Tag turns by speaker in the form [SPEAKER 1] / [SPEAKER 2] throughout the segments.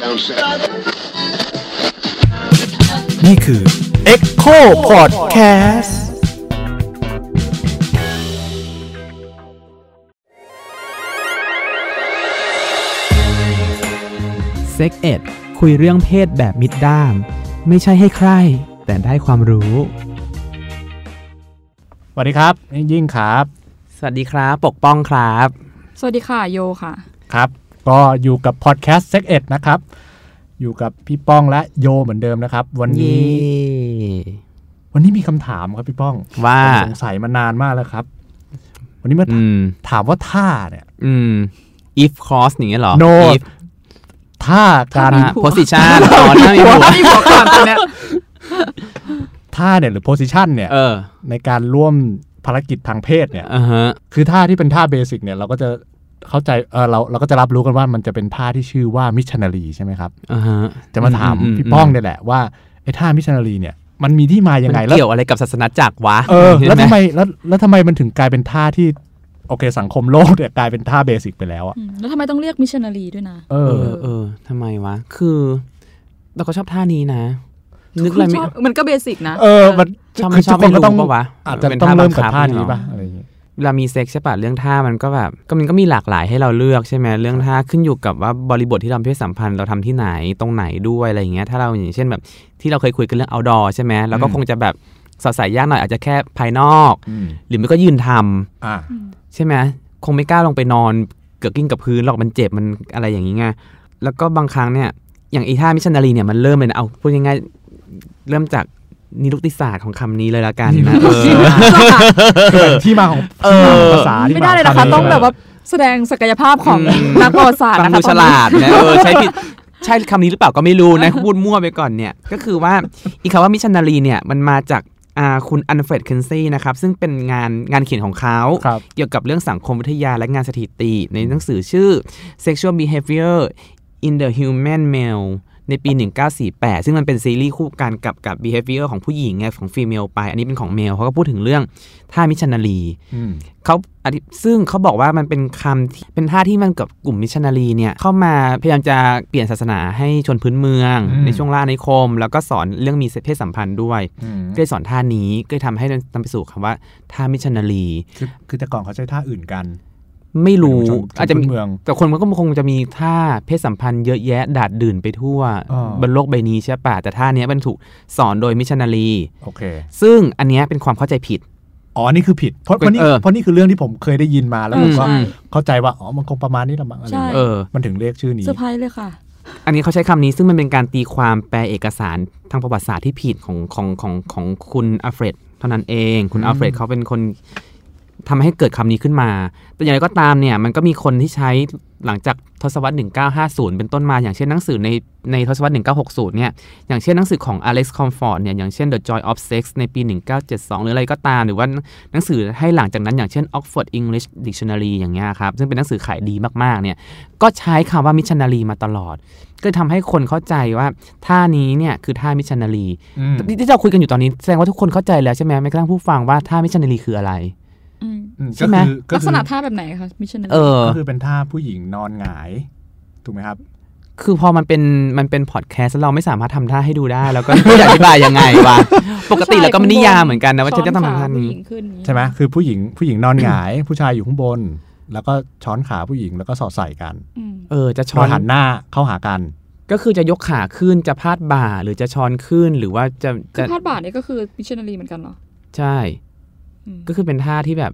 [SPEAKER 1] Down south.
[SPEAKER 2] นี่คือ Echo Podcast
[SPEAKER 3] เซ็กเอ็ดคุยเรื่องเพศแบบมิดด้าม ไม่ใช่ให้ใคร แต่ได้ความรู้
[SPEAKER 2] สวัสดีครับนี่ยิ่งครับ
[SPEAKER 3] สวัสดีครับ ปกป้องครับ
[SPEAKER 4] สวัสดีค่ะโยค่ะ
[SPEAKER 2] ครับ ก็อยู่กับพอดแคสต์เซ็กเอ็ดนะครับ อยู่กับพี่ป้องและโยเหมือนเดิมนะครับ วันนี้
[SPEAKER 3] เย่
[SPEAKER 2] วันนี้มีคำถามครับพี่ป้อง
[SPEAKER 3] ว่า
[SPEAKER 2] ผมสงสัยมานานมากแล้วครับ วันนี้มา
[SPEAKER 3] อืม
[SPEAKER 2] ถามว่าท่าเนี่ย
[SPEAKER 3] อืม if cos อย่างเงี้ยเหรอ
[SPEAKER 2] No
[SPEAKER 3] if
[SPEAKER 2] ท่าการ
[SPEAKER 3] อ่า position ตอนนั้นมีหัว
[SPEAKER 4] ไม่บอกก่อนตอน เนี้ย
[SPEAKER 2] ท่าเนี่ยหรือโพสิชันเนี่ย
[SPEAKER 3] เออ
[SPEAKER 2] ในการร่วมภารกิจทางเพศเนี่ย
[SPEAKER 3] อ่าฮะ
[SPEAKER 2] คือท่าที่เป็นท่าเบสิกเนี่ยเราก็จะเข้าใจเออเราเราก็จะรับรู้กันว่ามันจะเป็นท่าที่ชื่อว่ามิชชันนารีใช่ไหมครับ
[SPEAKER 3] อ่าฮะ
[SPEAKER 2] จะมาถาม
[SPEAKER 3] อื
[SPEAKER 2] พี่ป้องเนี่ยแหละว่าไอ้ท่ามิชชันนารีเนี่ยมันมีที่มายังไง
[SPEAKER 3] มัน
[SPEAKER 2] แล้ว
[SPEAKER 3] เกี่ยวอะไรกับศาสนาจักรวะ
[SPEAKER 2] เออ
[SPEAKER 3] เห็น
[SPEAKER 2] แล้ว
[SPEAKER 3] ไหม
[SPEAKER 2] ทำไมแล้วแล้วทำไมมันถึงกลายเป็นท่าที่โอเคสังคมโลกเนี่ยกลายเป็นท่าเบสิกไปแล้วอ่ะ
[SPEAKER 4] อืมแล้วทำไมต้องเรียกมิชชันนารีด้วยนะ
[SPEAKER 2] เอ
[SPEAKER 3] เอ
[SPEAKER 2] อ
[SPEAKER 3] อเออทำไมวะ คือเราก็ชอบท่านี้นะ นึกอะไรไม่
[SPEAKER 4] ชอบมันก็เบสิกนะ
[SPEAKER 2] เออมัน
[SPEAKER 3] ชอบ
[SPEAKER 2] คื
[SPEAKER 3] ไม่
[SPEAKER 2] อ
[SPEAKER 3] ชอบ
[SPEAKER 2] ทุกค
[SPEAKER 3] ไม่
[SPEAKER 2] นก็
[SPEAKER 3] รู้
[SPEAKER 2] ต้อง
[SPEAKER 3] ปะวะ
[SPEAKER 2] อาจจะ
[SPEAKER 3] ป็
[SPEAKER 2] ต้องเริ่มกับ
[SPEAKER 3] บั
[SPEAKER 2] ท่า
[SPEAKER 3] คั
[SPEAKER 2] นี้
[SPEAKER 3] เอะ
[SPEAKER 2] ป่ะอะไรอย่างเงี้ย
[SPEAKER 3] เวลามีเซ็กซ์ใช่ปะเรื่องท่ามันก็แบบก็มันก็มีหลากหลายให้เราเลือกใช่ไหมเรื่องท่าขึ้นอยู่กับว่าบริบทที่เราเพศสัมพันธ์เราทำที่ไหนตรงไหนด้วยอะไรอย่างเงี้ยถ้าเราอย่างเช่นแบบที่เราเคยคุยกันเรื่องเอาดอใช่ไหมเราก็คงจะแบบสอดใส่ยากหน่อยอาจจะแค่ภายนอก
[SPEAKER 2] อืม
[SPEAKER 3] หรือไม่ก็ยืนทำ
[SPEAKER 2] อ่ะ
[SPEAKER 3] ใช่ไหมคงไม่กล้าลงไปนอนเกือกกิ้งกับพื้นหรอกมันเจ็บมันอะไรอย่างงี้ไงแล้วก็บางครั้งเนี่ยอย่างไอีท่ามิชชันนารีเนี่ยมันเริ่มเลยนะเอาพูดง่ายๆเริ่มจากนิรุกติศาสตร์ของคำนี้เลยละกันนะเออ
[SPEAKER 2] คือเป็นที่มาของที่มาของภาษาที่
[SPEAKER 4] ไม่
[SPEAKER 2] มาข
[SPEAKER 4] ได้เล
[SPEAKER 2] อย ง
[SPEAKER 4] นะคะ
[SPEAKER 2] ำ
[SPEAKER 4] ต้องแบบว่าแสดงศักยภาพของนักประวัติศาสตร์
[SPEAKER 3] ฟัง
[SPEAKER 4] นะ
[SPEAKER 3] ดู
[SPEAKER 4] คะ
[SPEAKER 3] ฉลาดนะเออใช้ผิด ใช่คำนี้หรือเปล่าก็ไม่รู้นะ พูดมั่วไปก่อนเนี่ย ก็คือว่าอีกคำว่ามิชชันนารีเนี่ยมันมาจากอ่าคุณอันเฟรดเคนซี่นะครับ ซึ่งเป็นงานงานเขียนของเขา
[SPEAKER 2] ครับ
[SPEAKER 3] เกี่ยวกับเรื่องสังคมวิทยาและงานสถิติ ในหนังสือชื่อ Sexual Behavior in the Human Male ในปี 1948 ซึ่งมันเป็นซีรีส์คู่กันกับกับ behavior ของผู้หญิงไงของ female ไป อันนี้เป็นของ male เขาก็พูดถึงเรื่องท่ามิชชันนารี
[SPEAKER 2] อืม
[SPEAKER 3] เขาอธิซึ่งเขาบอกว่ามันเป็นคำที่เป็นท่าที่มันกับกลุ่มมิชชันนารีเนี่ย เข้ามาพยายามจะเปลี่ยนศาสนาให้ชนพื้นเมือง
[SPEAKER 2] อืม
[SPEAKER 3] ในช่วงล่าอาณานิคม แล้วก็สอนเรื่องมีเพศสัมพันธ์ด้วย
[SPEAKER 2] อืม
[SPEAKER 3] ก็เลยสอนท่านี้ก็เลยทำให้นำไปสู่คำว่าท่ามิชชันนารี
[SPEAKER 2] คือคือแต่ก่อนเขาใช้ท่าอื่นกัน
[SPEAKER 3] ไม่รู้
[SPEAKER 2] ชนชน
[SPEAKER 3] อาจจะมี
[SPEAKER 2] พื้นเมือง
[SPEAKER 3] แต่คนมันก็คงจะมีท่าเพศสัมพันธ์เยอะแยะดาดดื่นไปทั่ว
[SPEAKER 2] อ่า
[SPEAKER 3] บนโลกใบนี้ใช่ป่ะแต่ท่าเนี้ยมันถูกสอนโดยมิชชันนารี
[SPEAKER 2] โอเค
[SPEAKER 3] ซึ่งอันเนี้ยเป็นความเข้าใจผิด
[SPEAKER 2] อ๋อ นี่คือผิด เพราะเพราะนี่
[SPEAKER 3] เออ
[SPEAKER 2] เพราะนี่คือเรื่องที่ผมเคยได้ยินมาแล้วผมก็
[SPEAKER 3] อืม
[SPEAKER 2] เข้าใจว่า อ๋อ มันคงประมาณนี้ละมั้งอะไรอย่าง
[SPEAKER 3] เอ
[SPEAKER 2] เงี้ย
[SPEAKER 3] อ
[SPEAKER 2] มันถึงเรียกชื่อนี้
[SPEAKER 4] เซอร์ไพรส์เลยค่ะ
[SPEAKER 3] อันนี้เขาใช้คำนี้ซึ่งมันเป็นการตีความแปลเอกสารทางประวัติศาสตร์ที่ผิดของของของของคุณอัลเฟรดเท่านั้นเอง คุณ
[SPEAKER 2] อืม
[SPEAKER 3] อัลเฟรดเขาเป็นคนทำให้เกิดคำนี้ขึ้นมา แต่อย่างไรก็ตามเนี่ยมันก็มีคนที่ใช้หลังจากทศวรรษ 1950 เป็นต้นมา อย่างเช่นหนังสือในในทศวรรษ 1960 เนี่ย อย่างเช่นหนังสือของ Alex Comfort เนี่ย อย่างเช่น The Joy of Sex ในปี 1972 หรืออะไรก็ตาม หรือว่าหนังสือให้หลังจากนั้นอย่างเช่น Oxford English Dictionary อย่างเงี้ยครับ ซึ่งเป็นหนังสือขายดีมาก ๆ เนี่ย ก็ใช้คำว่ามิชชันนารีมาตลอด ก็ทำให้คนเข้าใจว่าท่านี้เนี่ยคือท่ามิชชันนารี
[SPEAKER 2] อืม
[SPEAKER 3] ที่ที่เราคุยกันอยู่ตอนนี้แสดงว่าทุกคนเข้าใจแล้วใช่ไหมแม้กระทั่งผู้ฟังว่าท่ามิชชันนารีคืออะไร
[SPEAKER 4] อืม
[SPEAKER 2] อืม
[SPEAKER 3] ใช่ไหม
[SPEAKER 2] ก็
[SPEAKER 4] ลัก
[SPEAKER 2] คื
[SPEAKER 4] ษ
[SPEAKER 2] อ
[SPEAKER 4] ณะท่าแบบไหนคะมิชชันนารี
[SPEAKER 3] เออ
[SPEAKER 2] ก็คือเป็นท่าผู้หญิงนอนหงาย ถูกไหมครับ
[SPEAKER 3] คือพอมันเป็นมันเป็นพอดแคสต์เราไม่สามารถทำท่าให้ดูได้ แล้วก็ จะอธิบายยังไงวะปกติเราก็ไม่นิยามเหมือนกันนะว่าฉันจะต้องทำท่า
[SPEAKER 4] ผู้
[SPEAKER 3] นี้
[SPEAKER 4] หญิงขึ้นอย่างงี้
[SPEAKER 2] ใช่ไหมคือผู้หญิงผู้หญิงนอนหงาย ผู้ชายอยู่ข้างบน แล้วก็ช้อนขาผู้หญิงแล้วก็สอดใส่กัน
[SPEAKER 4] อืม
[SPEAKER 3] เออจะ
[SPEAKER 2] ช้
[SPEAKER 3] ช้
[SPEAKER 2] อ
[SPEAKER 3] อน น
[SPEAKER 2] หันหน้าเข้าหากัน
[SPEAKER 3] ก็คือจะยกขาขึ้นจะพาดบ่าหรือจะช้อนขึ้นหรือว่าจะ
[SPEAKER 4] คื
[SPEAKER 3] จะ
[SPEAKER 4] อพาดบาทเนี่ยก็คือมิชชันนารีเหมือนกันเหรอ
[SPEAKER 3] ใช่
[SPEAKER 4] อืม
[SPEAKER 3] ก็คือเป็นท่าที่แบบ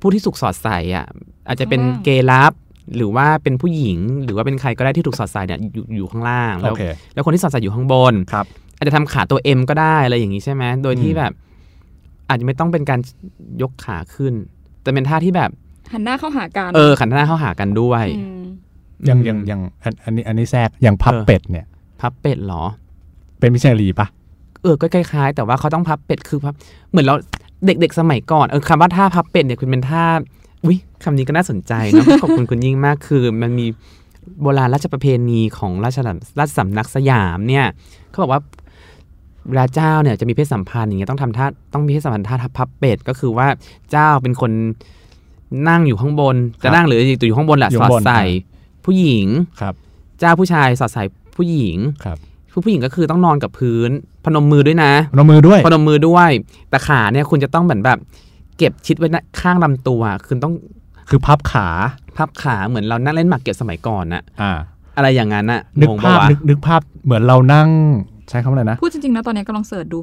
[SPEAKER 3] ผู้ที่ถูกสอดใส่อ่ะอาจจะเป็น
[SPEAKER 4] ข้างล่าง
[SPEAKER 3] เกย์ลับ หรือว่าเป็นผู้หญิง หรือว่าเป็นใครก็ได้ที่ถูกสอดใส่เนี่ยอยู่อยู่ข้างล่างแล้
[SPEAKER 2] โอ
[SPEAKER 3] ว
[SPEAKER 2] เค
[SPEAKER 3] แล้วคนที่สอดใส่อยู่ข้างบน
[SPEAKER 2] ครับ
[SPEAKER 3] อาจจะทำขาตัวเอ็มก็ได้อะไรอย่างนี้ใช่ไหมโดยที่
[SPEAKER 2] อืม
[SPEAKER 3] แบบ อาจจะไม่ต้องเป็นการยกขาขึ้น แต่เป็นท่าที่แบบ
[SPEAKER 4] หันหน้าเข้าหากัน
[SPEAKER 3] เออขันหน้าเข้าหากันด้วย
[SPEAKER 4] อืม
[SPEAKER 2] อย่างอย่างอย่างอันอันนี้อันนี้แทรกอย่างพับเป็ดเนี่ย
[SPEAKER 3] พับเป็ดเหรอ
[SPEAKER 2] เป็นมิชชันนารีปะ
[SPEAKER 3] เออก็คล้ายๆ แต่ว่าเขาต้องพับเป็ดคือพับเหมือนเราเด็กๆ สมัยก่อนเออคำว่าท่าพับเป็ดเนี่ยคุณเป็นท่าอุ้ยคำนี้ก็น่าสนใจนะ ขอบคุณคุณยิ่งมากคือมันมีโบราณราชประเพณีของราชสำราชสำนักสยามเนี่ยเขาบอกว่าเวลาเจ้าเนี่ยจะมีเพศสัมพันธ์อย่างเงี้ยต้องทำท่าต้องมีเพศสัมพันธ์ท่าพับเป็ดก็คือว่าเจ้าเป็นคนนั่งอยู่ข้างบน
[SPEAKER 2] ครั
[SPEAKER 3] จะ
[SPEAKER 2] บ
[SPEAKER 3] นั่งหรืออยู่ข้างบนแหละ
[SPEAKER 2] อยู่
[SPEAKER 3] สอด
[SPEAKER 2] ข้างบน
[SPEAKER 3] ใส่
[SPEAKER 2] อ่
[SPEAKER 3] ผู้หญิง
[SPEAKER 2] ครับ
[SPEAKER 3] เจ้าผู้ชายสอดใส่ ผู้หญิง
[SPEAKER 2] ครับ
[SPEAKER 3] ผู้ผู้หญิงก็คือต้องนอนกับพื้น พนมมือด้วยนะ
[SPEAKER 2] พนมมือด้วย
[SPEAKER 3] พนมมือด้วยแต่ขาเนี่ยคุณจะต้องเหมือนแบบเก็บชิดไว้นะข้างลำตัวคือต้อง
[SPEAKER 2] คือพับขา
[SPEAKER 3] พับขาเหมือนเรานั่งเล่นหมากเก็บสมัยก่อนน่ะ
[SPEAKER 2] อ่า
[SPEAKER 3] อะไรอย่างนั้นน่ะ
[SPEAKER 2] นึก
[SPEAKER 3] งงปะ
[SPEAKER 2] ภาพ
[SPEAKER 3] วะ
[SPEAKER 2] นึกนึกภาพเหมือนเรานั่งใช้คำว่าอะไรนะ
[SPEAKER 4] พูดจริงๆนะตอนนี้กำลังเสิร์ชดู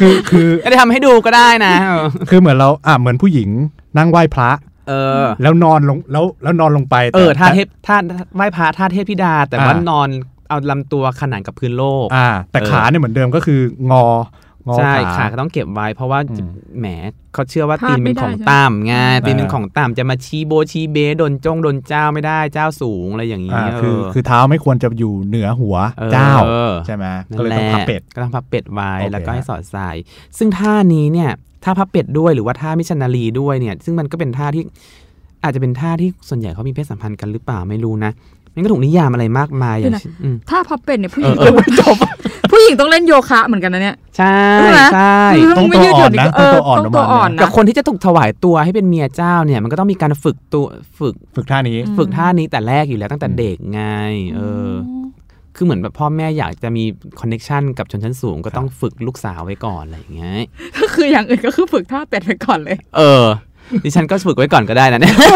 [SPEAKER 2] คือคือ
[SPEAKER 3] ก็ได้ทำให้ดูก็ได้นะ เออ
[SPEAKER 2] คือเหมือนเราอ่าเหมือนผู้หญิงนั่งไหว้พระ
[SPEAKER 3] เออ
[SPEAKER 2] แล้วนอนลงแล้วแล้วนอนลงไป
[SPEAKER 3] เออ
[SPEAKER 2] แต่
[SPEAKER 3] ท่าเท
[SPEAKER 2] แต่
[SPEAKER 3] พท่าไหว้พระท่าเทพธิดา แต่ว่า
[SPEAKER 2] อ่าน
[SPEAKER 3] นอนเอาลำตัวขนานกับพื้นโลก
[SPEAKER 2] อ่า แต่
[SPEAKER 3] เออ
[SPEAKER 2] ขาเนี่ยเหมือนเดิมก็คืององอ
[SPEAKER 3] ใช่ขา
[SPEAKER 2] ขา
[SPEAKER 3] ก็ต้องเก็บไว้ เพราะว่า
[SPEAKER 2] อืม
[SPEAKER 3] แหมเขาเชื่อว่า
[SPEAKER 4] พลาด
[SPEAKER 3] ตีนเป็น
[SPEAKER 4] ไม่ได้
[SPEAKER 3] ของ
[SPEAKER 4] ใช่ไหม
[SPEAKER 3] ต่ำไง
[SPEAKER 2] อ่า
[SPEAKER 3] ตีนเป็นของต่ำจะมาชี้โบชี้เบโดนจ้องโดนเจ้าไม่ได้เจ้าสูงอะไรอย่างนี้
[SPEAKER 2] อ่า
[SPEAKER 3] เ
[SPEAKER 2] คือคือเท้าไม่ควรจะอยู่เหนือหัว
[SPEAKER 3] ออ
[SPEAKER 2] เจ้า
[SPEAKER 3] ออ
[SPEAKER 2] ใช่ไหม
[SPEAKER 3] นั่
[SPEAKER 2] ก็
[SPEAKER 3] น
[SPEAKER 2] เลย
[SPEAKER 3] แห
[SPEAKER 2] ต้องพับเป็ด
[SPEAKER 3] ก็ต้องพับเป็ดไว้
[SPEAKER 2] โอเค
[SPEAKER 3] แล้วก็
[SPEAKER 2] ฮะ
[SPEAKER 3] ให้สอดสาย ซึ่งท่านี้เนี่ยท่าพับเป็ดด้วยหรือว่าท่ามิชชันนารีด้วยเนี่ย ซึ่งมันก็เป็นท่าที่อาจจะเป็นท่าที่ส่วนใหญ่เขามีเพศสัมพันธ์กันหรือเปล่าไม่รู้นะมันก็ถูกนิยามอะไรมากมายอย่างเช่นอืม
[SPEAKER 4] ถ้าพับเป็ดเนี่ยผู้หญิง
[SPEAKER 3] เออ
[SPEAKER 4] ต้องจบ ผู้หญิงต้องเล่นโยคะเหมือนกันนะเนี่ย
[SPEAKER 3] ใช่
[SPEAKER 4] ใช่ไหม
[SPEAKER 3] ใช่
[SPEAKER 2] ต้อง
[SPEAKER 4] ไม่ยืดหยุ่นก
[SPEAKER 2] ตัวอ่อนนะต้องตัวอ่อนประมาณ
[SPEAKER 4] เต้องตัวอ่อนนะ
[SPEAKER 3] กับคนที่จะถูกถวายตัวให้เป็นเมียเจ้าเนี่ย มันก็ต้องมีการฝึกตัวฝึก
[SPEAKER 2] ฝึกท่านี้
[SPEAKER 4] อืม
[SPEAKER 3] ฝึกท่านี้แต่แรกอยู่แล้วตั้งแต่เด็กไงเอออคือเหมือนแบบพ่อแม่อยากจะมีคอนเน็ชันกับชนชั้นสูง ก็ต้องฝึกลูกสาวไว้ก่อนอะไรอย่างเงี้ย
[SPEAKER 4] ก็คืออย่างอื่นก็คือฝึกท่าเป็ดไปก่อนเลย
[SPEAKER 3] เออ ดิฉันก็ฝึกไว้ก่อนก็ได้นะเนี่ย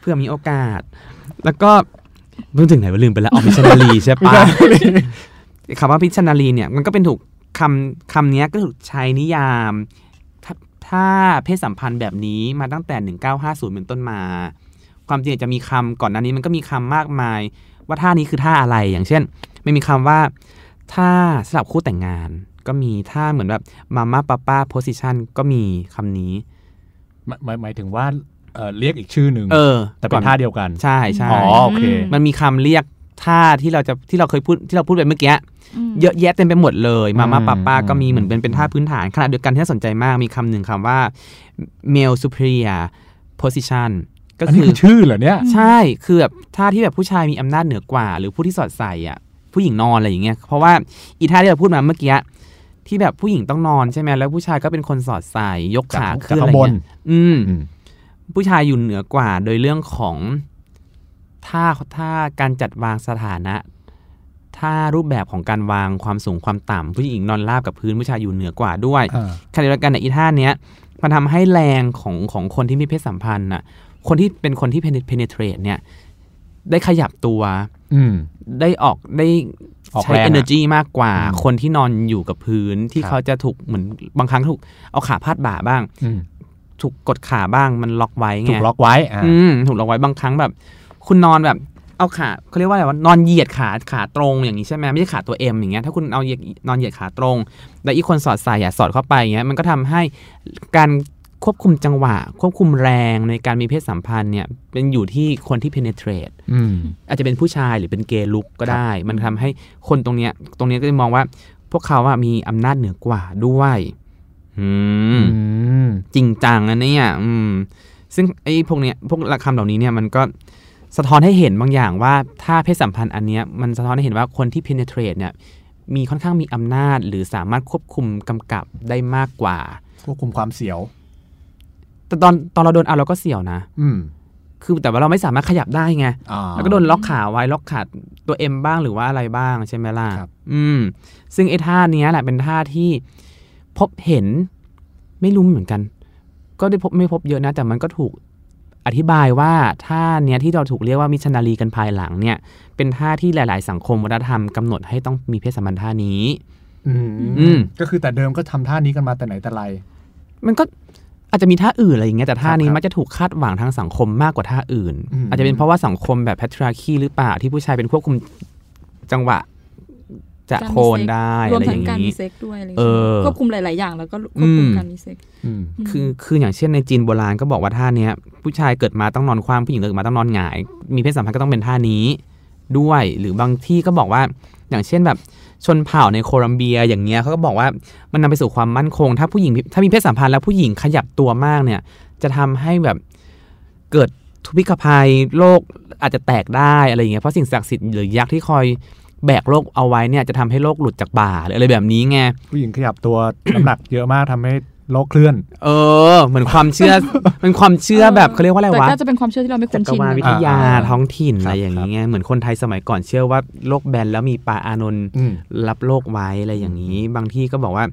[SPEAKER 3] เพื่อมีโอกาส แล้วก็เพิ่งถึงไหนวะลืมไปแล้วออพิชนาลีใช่ปะคำว่าพิชนาลีเนี่ยมันก็เป็นถูกคำคำเนี้ยก็ถูกใช้นิยามถ้าถ้าเพศสัมพันธ์แบบนี้มาตั้งแต่ 1950 เป็นต้นมา ความจริงอาจจะมีคำก่อนหน้านี้มันก็มีคำมากมาย ว่าท่านี้คือท่าอะไรอย่างเช่น ไม่มีคำว่าท่าสำหรับคู่แต่งงาน ก็มีท่าเหมือนแบบมาม่าป้าป้าโพสิชันก็มีคำนี้
[SPEAKER 2] หมายหมายหมายถึงว่าเอ่อเรียกอีกชื่อหนึ่ง
[SPEAKER 3] เออ
[SPEAKER 2] แต่เป็น
[SPEAKER 3] ก่อ
[SPEAKER 2] ท่าเดียวกัน
[SPEAKER 3] ใช่ใช่
[SPEAKER 2] อ๋อโอเค
[SPEAKER 4] ม
[SPEAKER 3] มันมีคำเรียกท่าที่เราจะที่เราเคยพูดที่เราพูดไปเมื่อกี้
[SPEAKER 4] ม
[SPEAKER 3] เยอะแยะเต็มไปหมดเลยมาม่า
[SPEAKER 2] อืม
[SPEAKER 3] ป้าป้าก็มี
[SPEAKER 2] อืม
[SPEAKER 3] เหมือนเป็นเป็นท่าพื้นฐานขณะเดียวกันที่น่าสนใจมากมีคำหนึ่งคำว่า male superior position ก็
[SPEAKER 2] อันนี้
[SPEAKER 3] คือ
[SPEAKER 2] คือชื่อเหรอเนี่ย
[SPEAKER 3] ใช่ คือแบบท่าที่แบบผู้ชายมีอำนาจเหนือกว่า หรือผู้ที่สอดใส่อ่ะ ผู้หญิงนอนอะไรอย่างเงี้ย เพราะว่าอีท่าที่เราพูดมาเมื่อกี้ที่แบบผู้หญิงต้องนอนใช่ไหมแล้วผู้ชายก็เป็นคนสอดใส่ยกขาขึ้นอะไร
[SPEAKER 2] จากข้างบน
[SPEAKER 3] เงี้ยอืม
[SPEAKER 2] อืม
[SPEAKER 3] ผู้ชายอยู่เหนือกว่าโดยเรื่องของท่าท่าการจัดวางสถานะท่ารูปแบบของการวางความสูงความต่ำผู้หญิงนอนราบกับพื้นผู้ชายอยู่เหนือกว่าด้วย
[SPEAKER 2] อ่า
[SPEAKER 3] ขณะเดียวกันในยอีท่าเนี้ยมันทำให้แรงของของคนที่มีเพศสัมพันธ์น่ะคนที่เป็นคนที่ penet- penetrate เนี่ยได้ขยับตัว
[SPEAKER 2] อืม
[SPEAKER 3] ได้ออกได้
[SPEAKER 2] ออก
[SPEAKER 3] ใช้
[SPEAKER 2] แรงอะ
[SPEAKER 3] energy มากกว่า
[SPEAKER 2] อืม
[SPEAKER 3] คนที่นอนอยู่กับพื้นที่
[SPEAKER 2] ครับ
[SPEAKER 3] เขาจะถูกเหมือนบางครั้งถูกเอาขาพาดบ่าบ้าง
[SPEAKER 2] อืม
[SPEAKER 3] ถูกกดขาบ้างมันล็อกไว้ไง
[SPEAKER 2] ถูกล็อกไว้อ่า
[SPEAKER 3] อืมถูกล็อกไว้บางครั้งแบบ คุณนอนแบบเอาขาเขาเรียกว่าอะไรวะนอนเหยียดขาขาตรงอย่างนี้ใช่ไหมไม่ใช่ขาตัวเอ็มอย่างเงี้ยถ้าคุณเอาเหยียดนอนเหยียดขาตรง แล้วอีกคนสอดใส่อะสอดเข้าไปอย่างเงี้ยมันก็ทำให้การควบคุมจังหวะ ควบคุมแรงในการมีเพศสัมพันธ์เนี่ยเป็นอยู่ที่คนที่ penetrate
[SPEAKER 2] อืม
[SPEAKER 3] อาจจะเป็นผู้ชายหรือเป็นเกย์ลุกก็ได้ มันทำให้คนตรงเนี้ยตรงเนี้ยก็จะมองว่า พวกเขาอะมีอำนาจเหนือกว่าด้วยอืม
[SPEAKER 2] อืม
[SPEAKER 3] จริงจังนะเนี่ยอืม ซึ่งไอ้พวกเนี้ยพวกหลักคำเหล่านี้เนี่ยมันก็สะท้อนให้เห็นบางอย่างว่าถ้าเพศสัมพันธ์อันเนี้ยมันสะท้อนให้เห็นว่าคนที่ penetrate เนี่ยมีค่อนข้างมีอำนาจ หรือสามารถควบคุมกำกับได้มากกว่า
[SPEAKER 2] ควบคุมความเสียว
[SPEAKER 3] แต่ตอนตอนเราโดนเอาเราก็เสี่ยวนะ
[SPEAKER 2] อืม
[SPEAKER 3] คือแต่ว่าเราไม่สามารถขยับได้ไง
[SPEAKER 2] อ่า
[SPEAKER 3] แล้วก็โดนล็อกขาไว้ล็อกขาตัวเอ็มบ้างหรือว่าอะไรบ้างใช่ไหมล่ะ
[SPEAKER 2] ครับ
[SPEAKER 3] อืม ซึ่งไอ้ท่าเนี้ยแหละเป็นท่าที่พบเห็นไม่รู้เหมือนกัน ก็ได้พบไม่พบเยอะนะ แต่มันก็ถูกอธิบายว่าท่าเนี้ยที่เราถูกเรียกว่ามิชชันนารีกันภายหลังเนี่ย เป็นท่าที่หลาย ๆ สังคมวัฒนธรรมกำหนดให้ต้องมีเพศสัมพันธ์ท่านี้
[SPEAKER 2] อื
[SPEAKER 3] อืม
[SPEAKER 2] มก็คือแต่เดิมก็ทำท่านี้กันมาแต่ไหนแต่ไร
[SPEAKER 3] มันก็อาจจะมีท่าอื่นอะไรอย่างเงี้ยแต่ท่านี้
[SPEAKER 2] ครับ
[SPEAKER 3] มักจะถูกคาดหวังทางสังคมมากกว่าท่าอื่น
[SPEAKER 2] อืม
[SPEAKER 3] อาจจะเป็นเพราะว่าสังคมแบบแพทริอาคีหรือเปล่าที่ผู้ชายเป็นควบคุมจังหวะ จะโคนได้
[SPEAKER 4] รว
[SPEAKER 3] อะ
[SPEAKER 4] ม
[SPEAKER 3] ไรอ
[SPEAKER 4] ทั้ง
[SPEAKER 3] ย่าง
[SPEAKER 4] การมี
[SPEAKER 3] นี้
[SPEAKER 4] เซ็กซ์ด้วยอะไรอย่าง
[SPEAKER 3] เอ
[SPEAKER 4] เงี้ย
[SPEAKER 3] อ
[SPEAKER 4] ควบคุมหลาย ๆ อย่างแล้วก็ควบคุ
[SPEAKER 3] อื
[SPEAKER 4] ม
[SPEAKER 3] ม
[SPEAKER 4] การมีเซ็กซ์
[SPEAKER 2] อืม
[SPEAKER 4] ม
[SPEAKER 3] คือคืออย่างเช่นในจีนโบราณก็บอกว่าท่าเนี้ยผู้ชายเกิดมาต้องนอนคว่ำผู้หญิงเกิดมาต้องนอนหงาย มีเพศสัมพันธ์ก็ต้องเป็นท่านี้ด้วย หรือบางที่ก็บอกว่าอย่างเช่นแบบชนเผ่าในโคลอมเบียอย่างเงี้ยเขาก็บอกว่ามันนำไปสู่ความมั่นคง ถ้าผู้หญิงถ้ามีเพศสัมพันธ์แล้วผู้หญิงขยับตัวมากเนี่ย จะทำให้แบบเกิดทุพพิฆภัยโลกอาจจะแตกได้อะไรอย่างเงี้ยเพราะสิ่งศักดิ์สิทธิ์หรือยักษ์ที่คอยแบกโลกเอาไว้เนี่ยจะทำให้โลกหลุดจากบ่าหรืออะไรแบบนี้ไง
[SPEAKER 2] ผู้หญิงขยับตัว น้ำหนักเยอะมากทำให้ โลกเคลื่อน
[SPEAKER 3] เออ เหมือนความเชื่อ มันความเชื่อแบบเขาเรียกว่าอะไร
[SPEAKER 4] แต่
[SPEAKER 3] วะ
[SPEAKER 4] น่าจะเป็นความเชื่อที่เราไม่
[SPEAKER 3] จั
[SPEAKER 4] คุ้น
[SPEAKER 3] กร
[SPEAKER 4] ชิน
[SPEAKER 3] วาลวิทยา
[SPEAKER 2] อ่า
[SPEAKER 3] ท้องถิ่น
[SPEAKER 2] ครับ
[SPEAKER 3] อะไรอย่างนี้ไงเหมือนคนไทยสมัยก่อนเชื่อว่าโลกแบนแล้วมีปลาอานนท์
[SPEAKER 2] อืม
[SPEAKER 3] รับโลกไว้อะไรอย่างนี้ บางที่ก็บอกว่า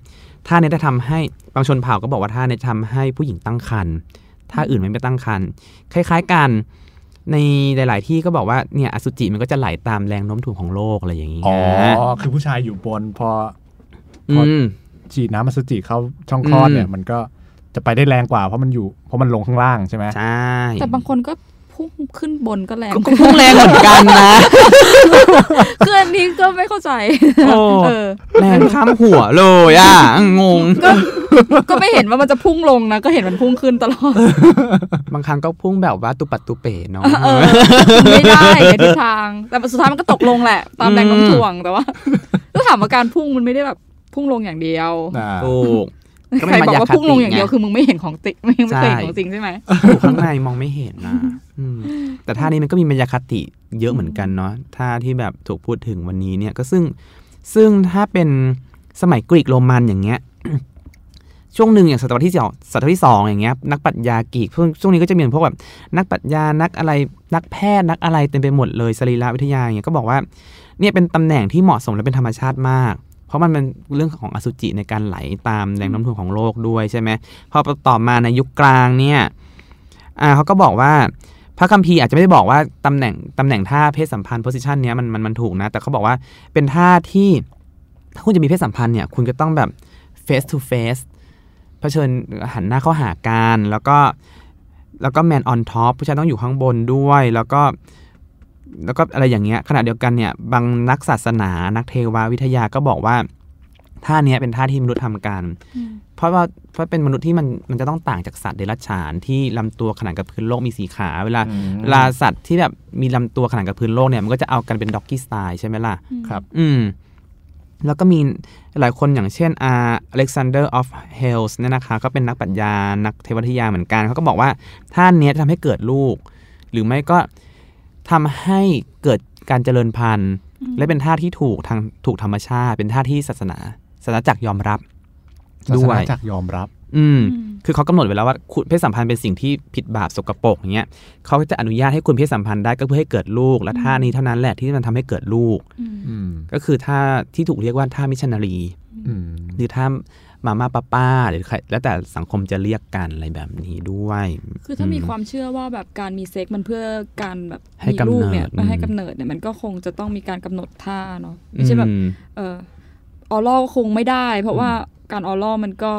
[SPEAKER 3] ท่าเนี้จะทำให้บางชนเผ่าก็บอกว่าท่าเนี้ทำให้ผู้หญิงตั้งครรภ์ท่าอื่นมันไม่ตั้งครรภ์คล้ายๆกัน ในหลาย ๆ ที่ก็บอกว่าเนี่ยอสุจิมันก็จะไหลตามแรงโน้มถ่วงของโลกอะไรอย่างนี้
[SPEAKER 2] อ๋อ
[SPEAKER 3] นะ
[SPEAKER 2] คือผู้ชายอยู่บนพอ
[SPEAKER 3] อืม
[SPEAKER 2] ฉีดน้ำอสุจิเข้าช่องคลอด
[SPEAKER 3] อืม
[SPEAKER 2] เนี่ยมันก็จะไปได้แรงกว่าเพราะมันอยู่เพราะมันลงข้างล่างใช่ไหม
[SPEAKER 3] ใช่
[SPEAKER 4] แต่ บางคนก็พุ่งขึ้นบนก็แรง
[SPEAKER 3] ก็พุ่งแรงเหมือนกันนะ
[SPEAKER 4] คืออันนี้ก็ไม่เข้าใจ
[SPEAKER 3] โอ้
[SPEAKER 4] เออ
[SPEAKER 3] แรงข้ามหัวเลยอ่ะงง
[SPEAKER 4] ก็ก็ไม่เห็นว่ามันจะพุ่งลงนะ ก็เห็นมันพุ่งขึ้นตลอด
[SPEAKER 3] บางครั้งก็พุ่งแบบว่าตุปัดตุเป๋เนาะ
[SPEAKER 4] เออไม่ได้ไงทิศทาง แต่สุดท้ายมันก็ตกลงแหละ ตามแรงโน้มถ่วงแต่ว่าก็ถามว่าการพุ่งมันไม่ได้แบบพุ่งลงอย่างเดียว
[SPEAKER 2] อ่า
[SPEAKER 3] ถูก
[SPEAKER 4] ใครบอกว่าพุ่งลงอย่างเดียว
[SPEAKER 3] คือ
[SPEAKER 4] คือมึงไม่เห็นของติไม่ไม่เคย
[SPEAKER 3] ใช่
[SPEAKER 4] เห็นของจริงใช่ไหม
[SPEAKER 3] อยู่ข้างในมองไม่เห็นนะอืมแต่ท่านี้มันก็มีมายาคติเยอะเหมือนกันเนาะท่าที่แบบถูกพูดถึงวันนี้เนี่ยก็ซึ่งซึ่งถ้าเป็นสมัยกรีกโรมันอย่างเงี้ย ช่วงหนึ่งอย่างศตวรรษที่สองศตวรรษที่สองอย่างเงี้ยนักปรัชญากรีกช่วงช่วงนี้ก็จะมีพวกแบบนักปรัชญานักอะไรนักแพทย์นักอะไรเต็มไปหมดเลยสรีรวิทยาอย่างเงี้ยก็บอกว่าเนี่ยเป็นตำแหน่งที่เหมาะสมและเป็นธรรมชาติมาก เพราะมันเป็นเรื่องของอสุจิในการไหลตามแรงโน้มถ่วงของโลกด้วยใช่ไหมพอต่อมาในยุคกลางเนี่ย อ่าเขาก็บอกว่าพระคัมภีร์อาจจะไม่ได้บอกว่าตำแหน่งตำแหน่งท่าเพศสัมพันธ์ position เนี้ยมันมันมันถูกนะ แต่เขาบอกว่าเป็นท่าที่ ถ้าคุณจะมีเพศสัมพันธ์เนี่ยคุณก็ต้องแบบ face to face เผชิญหันหน้าเข้าหากันแล้วก็แล้วก็ man on top ผู้ชายต้องอยู่ข้างบนด้วย แล้วก็แล้วก็อะไรอย่างเงี้ยขณะเดียวกันเนี่ยบางนักศาสนานักเทววิทยาก็บอกว่าท่าเนี้ยเป็นท่าที่มนุษย์ทำกัน เพราะว่าเพราะเป็นมนุษย์ที่มันมันจะต้องต่างจากสัตว์เดรัจฉานที่ลำตัวขนานกับพื้นโลกมีสีขาเวลา
[SPEAKER 2] อืม
[SPEAKER 3] เวลาสัตว์ที่แบบมีลำตัวขนานกับพื้นโลกเนี่ยมันก็จะเอากันเป็นด็อกกี้สไตล์ใช่ไหมล่ะ
[SPEAKER 2] ครับ
[SPEAKER 3] อืม แล้วก็มีหลายคนอย่างเช่นอาอเล็กซานเดอร์ออฟเฮลส์เนี่ยนะคะ ก็เป็นนักปรัชญา นักเทววิทยาเหมือนกัน เขาก็บอกว่าท่านเนี้ยจะทำให้เกิดลูก หรือไม่ก็ทำให้เกิดการเจริญพันธุ์ และเป็นท่าที่ถูกทางถูกธรรมชาติ เป็นท่าที่ศาสนาศาสนาจักรยอมรับ ด้
[SPEAKER 2] ด้
[SPEAKER 3] ว
[SPEAKER 2] วย ยจากรยอมรับ
[SPEAKER 3] อืม
[SPEAKER 4] อืม
[SPEAKER 3] คือเขากำหนดไว้แล้วว่าคุณเพศสัมพันธ์เป็นสิ่งที่ผิดบาปสกปรกอย่างเงี้ยเขาจะอนุญาตให้คุณเพศสัมพันธ์ได้ก็เพื่อให้เกิดลูก และ
[SPEAKER 4] อืม
[SPEAKER 3] ท่านี้เท่านั้นแหละที่มันทำให้เกิดลูก
[SPEAKER 4] อืม
[SPEAKER 2] อืม
[SPEAKER 3] ก็คือท่าที่ถูกเรียกว่าท่ามิชชันนารี
[SPEAKER 2] อืม
[SPEAKER 3] หรือท่ามาม่าป้าป้าหรือใครแล้วแต่สังคมจะเรียกกันอะไรแบบนี้ด้วย
[SPEAKER 4] คือถ้ามี
[SPEAKER 3] อืม
[SPEAKER 4] ความเชื่อว่าแบบการมีเซ็กมันเพื่อการแบบ
[SPEAKER 3] ให้
[SPEAKER 4] มีลูกเนี่ย
[SPEAKER 3] กำเนิด
[SPEAKER 4] มาให้
[SPEAKER 3] อืม
[SPEAKER 4] กำเนิดเนี่ยมันก็คงจะต้องมีการกำหนดท่าเนาะไม่ใช่แบบ
[SPEAKER 3] อืม
[SPEAKER 4] เออออลก็คงไม่ได้ เพราะว่าการออลมันก็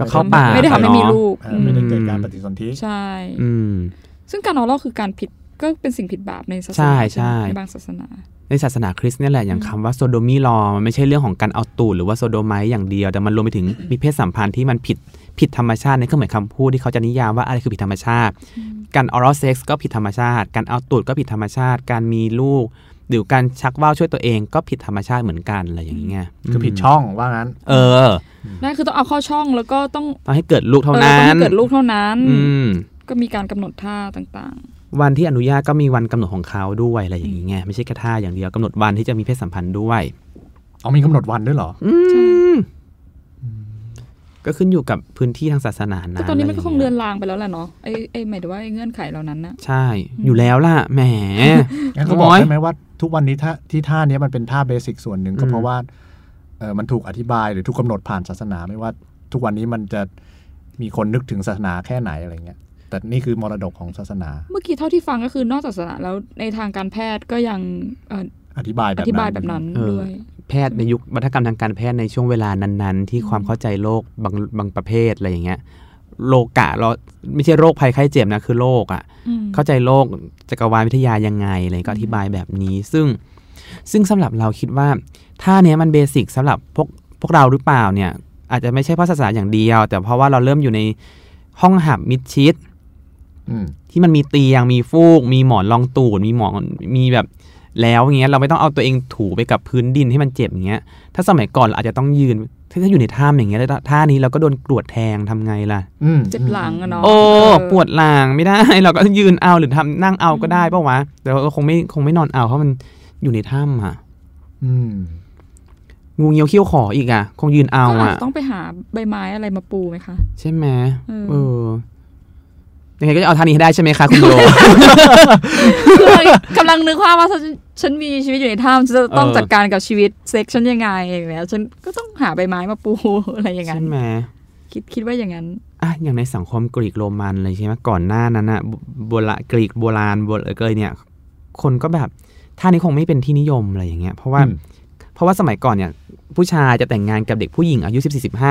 [SPEAKER 3] ก็เข้าปาก
[SPEAKER 4] ไม่ได้ทำ
[SPEAKER 3] เน
[SPEAKER 4] ให้
[SPEAKER 3] อะ
[SPEAKER 4] มีลูก
[SPEAKER 2] อ่า
[SPEAKER 4] อืม
[SPEAKER 2] ไม่ได้เกิดการปฏิสนธิ
[SPEAKER 4] ใช่
[SPEAKER 3] อืม
[SPEAKER 4] ซึ่งการออลคือการผิดก็เป็นสิ่งผิดบาปในศาส
[SPEAKER 3] ใช่
[SPEAKER 4] นา
[SPEAKER 3] ใช่
[SPEAKER 4] ไหมในบางศาสนา
[SPEAKER 3] ในศาสนาคริสต์เนี่ยแหละอย่างคำว่าโซโดมีลอมันไม่ใช่เรื่องของการเอาตูดหรือว่าโซโดไมต์อย่างเดียว แต่มันรวมไปถึง มีเพศสัมพันธ์ที่มันผิดผิดธรรมชาติในเครื่องหมายคำพูดที่เขาจะนิยามว่าอะไรคือผิดธรรมชาติ การออร a ลเซ็กซ์ก็ผิดธรรมชาติ การเอาตูดก็ผิดธรรมชาติ การมีลูก หรือการชักว่าวช่วยตัวเองก็ผิดธรรมชาติเหมือนกันอะไรอย่างเงี้ย
[SPEAKER 2] คือผิดช่องว่างั้น
[SPEAKER 3] เออ
[SPEAKER 4] นั่นคือต้องเอาเข้าช่องแล้วก็ต้อง
[SPEAKER 3] ต้องให้เกิดลูก
[SPEAKER 4] เอ
[SPEAKER 3] เท่า
[SPEAKER 4] อ
[SPEAKER 3] นั้
[SPEAKER 4] ต้
[SPEAKER 3] น
[SPEAKER 4] องให้เกิดลูกเท่านั้น
[SPEAKER 3] อืม
[SPEAKER 4] ก็มีการกำหนดท่าต่าง
[SPEAKER 3] วันที่อนุญาตก็มีวันกำหนดของเขาด้วยอะไรอย่างนี้ไงไม่ใช่แค่ท่าอย่างเดียวกำหนดวันที่จะมีเพศสัมพันธ์ด้วย
[SPEAKER 2] เอามีกำหนดวันด้วยเหรอ
[SPEAKER 3] อืมก็ขึ้นอยู่กับพื้นที่ทางศาสนา
[SPEAKER 4] ๆ
[SPEAKER 3] นะ
[SPEAKER 4] ก็ตอนนี้มันก็คงเลือน
[SPEAKER 3] อะไรย่า
[SPEAKER 4] ลางไปแล้วแหละเนาะไอ้ไอ้หมายถึงว่าไอ้เงื่อนไขเหล่านั้นนะ
[SPEAKER 3] ยใช่ อยู่แล้วล่ะ แหม
[SPEAKER 2] งั้นก็บอก
[SPEAKER 3] น้อย
[SPEAKER 2] ได้ไหมว่าทุกวันนี้ท่าที่ท่าเนี้ยมันเป็นท่าเบสิกส่วนหนึ่งก็
[SPEAKER 3] อืม
[SPEAKER 2] เพราะว่าเออมันถูกอธิบายหรือถูกกำหนดผ่านศาสนาไม่ว่าทุกวันนี้มันจะมีคนนึกถึงศาสนาแค่ไหนอะไรเงี้ย แต่นี่คือมรดกของศาสนา
[SPEAKER 4] เมื่อกี้เท่าที่ฟังก็คือนอกจากศาสนาแล้วในทางการแพทย์ก็ยังเอ่อ
[SPEAKER 2] อธิบายแบ
[SPEAKER 4] อบ
[SPEAKER 2] นั้น
[SPEAKER 4] ธิบายแบบนั้น
[SPEAKER 3] เออ
[SPEAKER 4] ด้วย
[SPEAKER 3] แพทย์ในยุควัฒกรรมทางการแพทย์ในช่วงเวลานั้นๆ ที่ความเข้าใจโรคบางบางประเภทอะไรอย่างเงี้ยโลกะเราไม่ใช่โรคภัยไข้เจ็บนะคือโรคอ่ะ
[SPEAKER 4] อืม
[SPEAKER 3] เข้าใจโลกจักรวาลวิทยายังไงอะไรก็อธิบายแบบนี้ ซึ่งซึ่งสำหรับเราคิดว่าท่าเนี้ยมันเบสิกสำหรับพวกพวกเราหรือเปล่าเนี่ย อาจจะไม่ใช่เพราะศาสนาอย่างเดียว แต่เพราะว่าเราเริ่มอยู่ในห้องหับมิดชิด
[SPEAKER 2] อืม
[SPEAKER 3] ที่มันมีเตียงมีฟูก มีหมอนรองตูดมีหมอนมีแบบแล้วอย่างเงี้ยเราไม่ต้องเอาตัวเองถูไปกับพื้นดินให้มันเจ็บอย่างเงี้ยถ้าสมัยก่อนเราอาจจะต้องยืนถ้าอยู่ในถ้ำอย่างเงี้ยแล้วท่านี้เราก็โดนกรวดแทงทำไงล่ะ
[SPEAKER 2] อืม
[SPEAKER 4] เจ็บหลังอะเนาะ
[SPEAKER 3] โอ้
[SPEAKER 4] เออ
[SPEAKER 3] ปวดหลังไม่ได้ เราก็ยืนเอาหรือทำนั่งเอาก็ได้ปะวะแต่เราก็คงไม่คงไม่นอนเอาเพราะมันอยู่ในถ้ำอ่ะ
[SPEAKER 2] อืม
[SPEAKER 3] งูเงี้ยวเขี้ยวขออีกอ่ะ คงยืนเอา
[SPEAKER 4] ก็อาจ
[SPEAKER 3] อ่ะ
[SPEAKER 4] จะต้องไปหาใบไม้อะไรมาปูไหมคะ
[SPEAKER 3] ใช่ไหม
[SPEAKER 4] เออ
[SPEAKER 3] เออยังไงก็จะเอาท่านี้ให้ได้ใช่ไหมคะคุณโย
[SPEAKER 4] คือกำลังนึกภาพว่าฉันฉันมีชีวิตอยู่ในถ้ำฉันจะต้อง
[SPEAKER 3] เออ
[SPEAKER 4] จัดการกับชีวิตเซ็กฉันยังไงอย่างเงี้ยฉันก็ต้องหาใบไม้มาปู อะไร อย่างนั้
[SPEAKER 3] ใช่
[SPEAKER 4] น
[SPEAKER 3] ไหม
[SPEAKER 4] คิดคิดว่าอย่างนั้น
[SPEAKER 3] อ่ะอย่างในสังคมกรีกโรมันเลยใช่ไหมก่อนหน้านั้นอ่ะโบโบราณกรีกโบราณโบราณเลยเนี่ย คนก็แบบท่านี้คงไม่เป็นที่นิยมอะไรอย่างเงี้ยเพราะว่า
[SPEAKER 2] อืม
[SPEAKER 3] เพราะว่าสมัยก่อนเนี่ย ผู้ชายจะแต่งงานกับเด็กผู้หญิงอายุ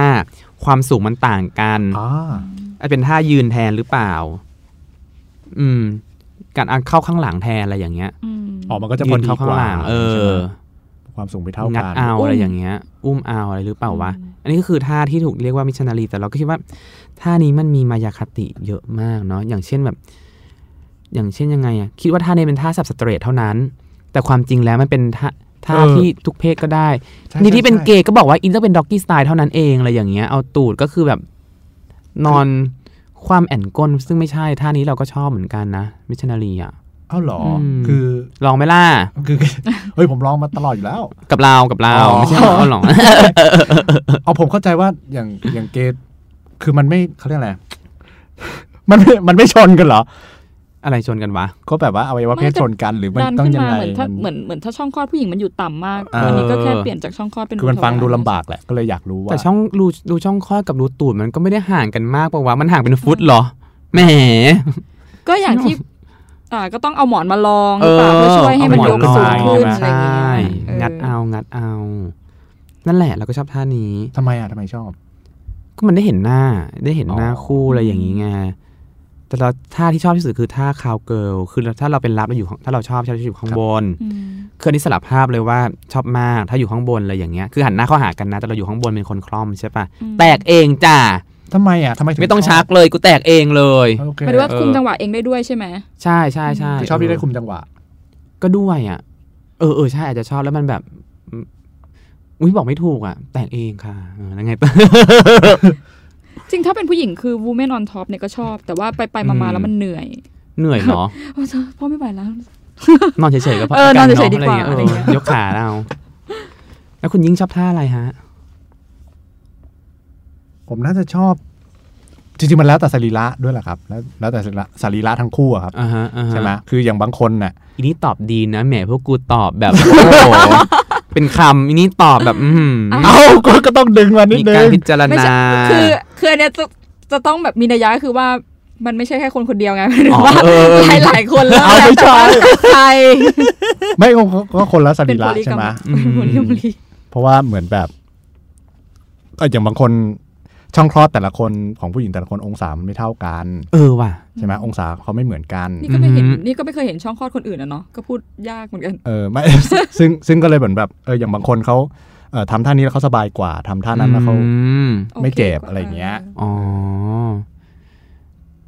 [SPEAKER 3] 14-15 ความสูงมันต่างกัน
[SPEAKER 2] อ่า
[SPEAKER 3] อาจเป็นท่ายืนแทนหรือเปล่า อืม การเอาเข้าข้างหลังแทนอะไรอย่างเงี้ย
[SPEAKER 4] อืม
[SPEAKER 2] ออกมันก็จะพ
[SPEAKER 3] ยื
[SPEAKER 2] อน ดี
[SPEAKER 3] เข้ากข้าง
[SPEAKER 2] ว่า
[SPEAKER 3] หลัง เอ
[SPEAKER 2] ใช่ไหม
[SPEAKER 3] อ
[SPEAKER 2] ความสูงไปเท่า
[SPEAKER 3] งัด
[SPEAKER 2] กัน
[SPEAKER 3] เอาอะไรอย่างเงี้ย อุ้มเอาอะไรหรือเปล่าวะ อันนี้ก็คือท่าที่ถูกเรียกว่ามิชชันนารี แต่เราก็คิดว่าท่านี้มันมีมายาคติเยอะมากเนาะ อย่างเช่นแบบ อย่างเช่นยังไงอะคิดว่าท่านี้เป็นท่าสับสเตรทเท่านั้น แต่ความจริงแล้วมันเป็นท่าท่า
[SPEAKER 2] เออ
[SPEAKER 3] ที่ทุกเพศก็ได้
[SPEAKER 2] ใช่
[SPEAKER 3] นี่ที่เป็น
[SPEAKER 2] ใช่
[SPEAKER 3] เกย์ก็บอกว่าอินต้องเป็นด็อกกี้สไตล์เท่านั้นเองอะไรอย่างเงี้ย เอาตูดก็คือแบบนอนความแอนก้นซึ่งไม่ใช่ท่านี้เราก็ชอบเหมือนกันนะมิชชันนารีอ่ะ
[SPEAKER 2] เอ้าเหรออ
[SPEAKER 3] ม
[SPEAKER 2] คือ
[SPEAKER 3] ลองไหมล่ะ
[SPEAKER 2] คือ เฮ้ยผมลองมาตลอดอยู่แล้ว
[SPEAKER 3] กับเรากับเรา
[SPEAKER 2] อ๋อ
[SPEAKER 3] ไม่ใช่เราหรอก
[SPEAKER 2] เอาผมเข้าใจว่าอย่างอย่างเกย์คือมันไม่เขาเรียกอะไร มันไม่มันไม่ชนกันเหรอ
[SPEAKER 3] อะไรชนกันวะ
[SPEAKER 2] ก็แบบว่าอวัยวะเพศชนกันหรือมัน
[SPEAKER 4] ดัน
[SPEAKER 2] ต้อง
[SPEAKER 4] ขึ้น
[SPEAKER 2] ยัง
[SPEAKER 4] มา
[SPEAKER 2] ไง
[SPEAKER 4] เหมือนถ้า
[SPEAKER 2] มัน
[SPEAKER 4] เหมือนเหมือนถ้าช่องคลอดผู้หญิงมันอยู่ต่ำมาก
[SPEAKER 2] อ่า
[SPEAKER 4] อันนี้ก็แค่เปลี่ยนจากช่องคลอดเป็น
[SPEAKER 2] คือมันฟังดู
[SPEAKER 4] รูทวร
[SPEAKER 2] ลำบากแหละก็เลยอยากรู้ว่า
[SPEAKER 3] แต่ช่องรูรูช่องคลอดกับรูตูดมันก็ไม่ได้ห่างกันมากปะวะมันห่างเป็นฟุตเหรอแหม
[SPEAKER 4] ก็อย่างที่ อ่าก็ต้องเอาหมอนมาลองหรือเปล่าเพื่อช่วยให้มันยกสูงขึ้นอะไรอย่างเงี้ย
[SPEAKER 3] ใช่
[SPEAKER 4] เออ
[SPEAKER 3] งัดเอางัดเอา นั่นแหละเราก็ชอบท่านี้
[SPEAKER 2] ทำไมอ่ะทำไมชอบ
[SPEAKER 3] ก็มันได้เห็นหน้าได้เห็นหน้า
[SPEAKER 2] อ๋อ
[SPEAKER 3] คู่อะไรอย่างนี้ไงแต่เราท่าที่ชอบที่สุดคือท่าคาวเกิลคือถ้าเราเป็นรับเราอยู่ข้างถ้าเราชอบชอบอยู่ข้างบน
[SPEAKER 4] อืม
[SPEAKER 3] คืออันนี้สลับภาพเลยว่าชอบมากถ้าอยู่ข้างบนอะไรอย่างเงี้ยคือหันหน้าเข้าหากันนะแต่เราอยู่ข้างบนเป็นคนคล่อมใช่ปะ
[SPEAKER 4] อืม
[SPEAKER 3] แตกเองจ้า
[SPEAKER 2] ทำไมอ่ะทำไมถึง
[SPEAKER 3] ไม่ต้อง
[SPEAKER 2] ช
[SPEAKER 3] ชั
[SPEAKER 2] อบ
[SPEAKER 3] กเลยกูแตกเองเลย
[SPEAKER 2] โอเค
[SPEAKER 4] หมายถึงว่า
[SPEAKER 3] เออ
[SPEAKER 4] คุมจังหวะเองได้ด้วยใช่ไหม
[SPEAKER 3] ใช่ใช่ใช่
[SPEAKER 2] คือชอบที่ได้คุมจังหวะ
[SPEAKER 3] ก็ด้วยอ่ะ เออเออใช่อาจจะชอบแล้วมันแบบอืมอุ้ยบอกไม่ถูกอ่ะ แต่งเองค่ะเออแล้วไงต่อ
[SPEAKER 4] จริงถ้าเป็นผู้หญิงคือ woman on top เนี่ยก็ชอบ แต่ว่าไปไปๆมา
[SPEAKER 3] อืม
[SPEAKER 4] ๆแล้วมันเหนื่อย
[SPEAKER 3] เหนื่อยเนาะ
[SPEAKER 4] โอ้เธอพ่อไม่ไหวแล้ว
[SPEAKER 3] นอนเฉยๆก็พอ
[SPEAKER 4] เออนอนเฉยๆ
[SPEAKER 3] ร
[SPEAKER 4] ดีก
[SPEAKER 3] ะ
[SPEAKER 4] ว่า
[SPEAKER 3] ไร
[SPEAKER 4] อะไรเงี้
[SPEAKER 3] เงี้
[SPEAKER 4] ย
[SPEAKER 3] เออยกขาเอาแล้วคุณยิ่งชอบท่าอะไรฮะ
[SPEAKER 2] ผมน่าจะชอบ จริงๆมันแล้วแต่สรีระด้วยแหละครับ แล้วแล้วแต่สรีระสรีระทั้งคู่อะครับ
[SPEAKER 3] อ่าฮะอ่าฮะ
[SPEAKER 2] ใช่ไหมคืออย่างบางคนน่ะ
[SPEAKER 3] อีนี่ตอบดีนะแหมพวกกูตอบ แบบ โอ้โหเป็นคำอีนี่ตอบแบบอือหือ
[SPEAKER 4] อ่ะ
[SPEAKER 2] เอ้าก็ก็ต้องดึงมานิด
[SPEAKER 3] มี
[SPEAKER 2] นึ
[SPEAKER 3] การ
[SPEAKER 2] ง
[SPEAKER 3] พิจาร
[SPEAKER 4] ไม่ใช่
[SPEAKER 3] ณา
[SPEAKER 4] คือคืออันเนี้ยจะจะต้องแบบมีนัยยะคือว่ามันไม่ใช่แค่คนคนเดียวไง หมายถึงว่า
[SPEAKER 3] อ๋อเออเออ
[SPEAKER 4] หลายหลายๆคนแล้ว
[SPEAKER 2] เอาไม่
[SPEAKER 4] แต่
[SPEAKER 2] ใช่
[SPEAKER 4] ว่าใคร
[SPEAKER 2] ไม่ก็ก็ก็คนละส
[SPEAKER 4] เป็
[SPEAKER 2] รี
[SPEAKER 4] นโพ
[SPEAKER 2] ระ
[SPEAKER 4] ลี
[SPEAKER 2] ใช่
[SPEAKER 4] กา
[SPEAKER 2] ไหม
[SPEAKER 4] มเป็นโพลีกามี
[SPEAKER 2] เพราะว่าเหมือนแบบเอ่ออย่างบางคนช่องคลอดแต่ละคนของผู้หญิงแต่ละคนองศามันไม่เท่ากัน
[SPEAKER 3] เออว่ะ
[SPEAKER 2] ใช่ไหมองศาเขาไม่เหมือนกัน
[SPEAKER 4] นี่ก็ไม่เห็น
[SPEAKER 3] อือหือ
[SPEAKER 4] นี่ก็ไม่เคยเห็นช่องคลอดคนอื่นอะเนาะก็พูดยากเหมือนกัน
[SPEAKER 2] เออไม่ ซึ่งซึ่งก็เลยเหมือนแบบเอออย่างบางคนเขาเอ่อทำท่านี้แล้วเขาสบายกว่าทำท่านั้นแล้วเขา
[SPEAKER 3] อืม
[SPEAKER 2] ไม่เจ็บ
[SPEAKER 4] โอเคกว่า
[SPEAKER 2] อะไรอย่างเงี้ย
[SPEAKER 3] อ๋อ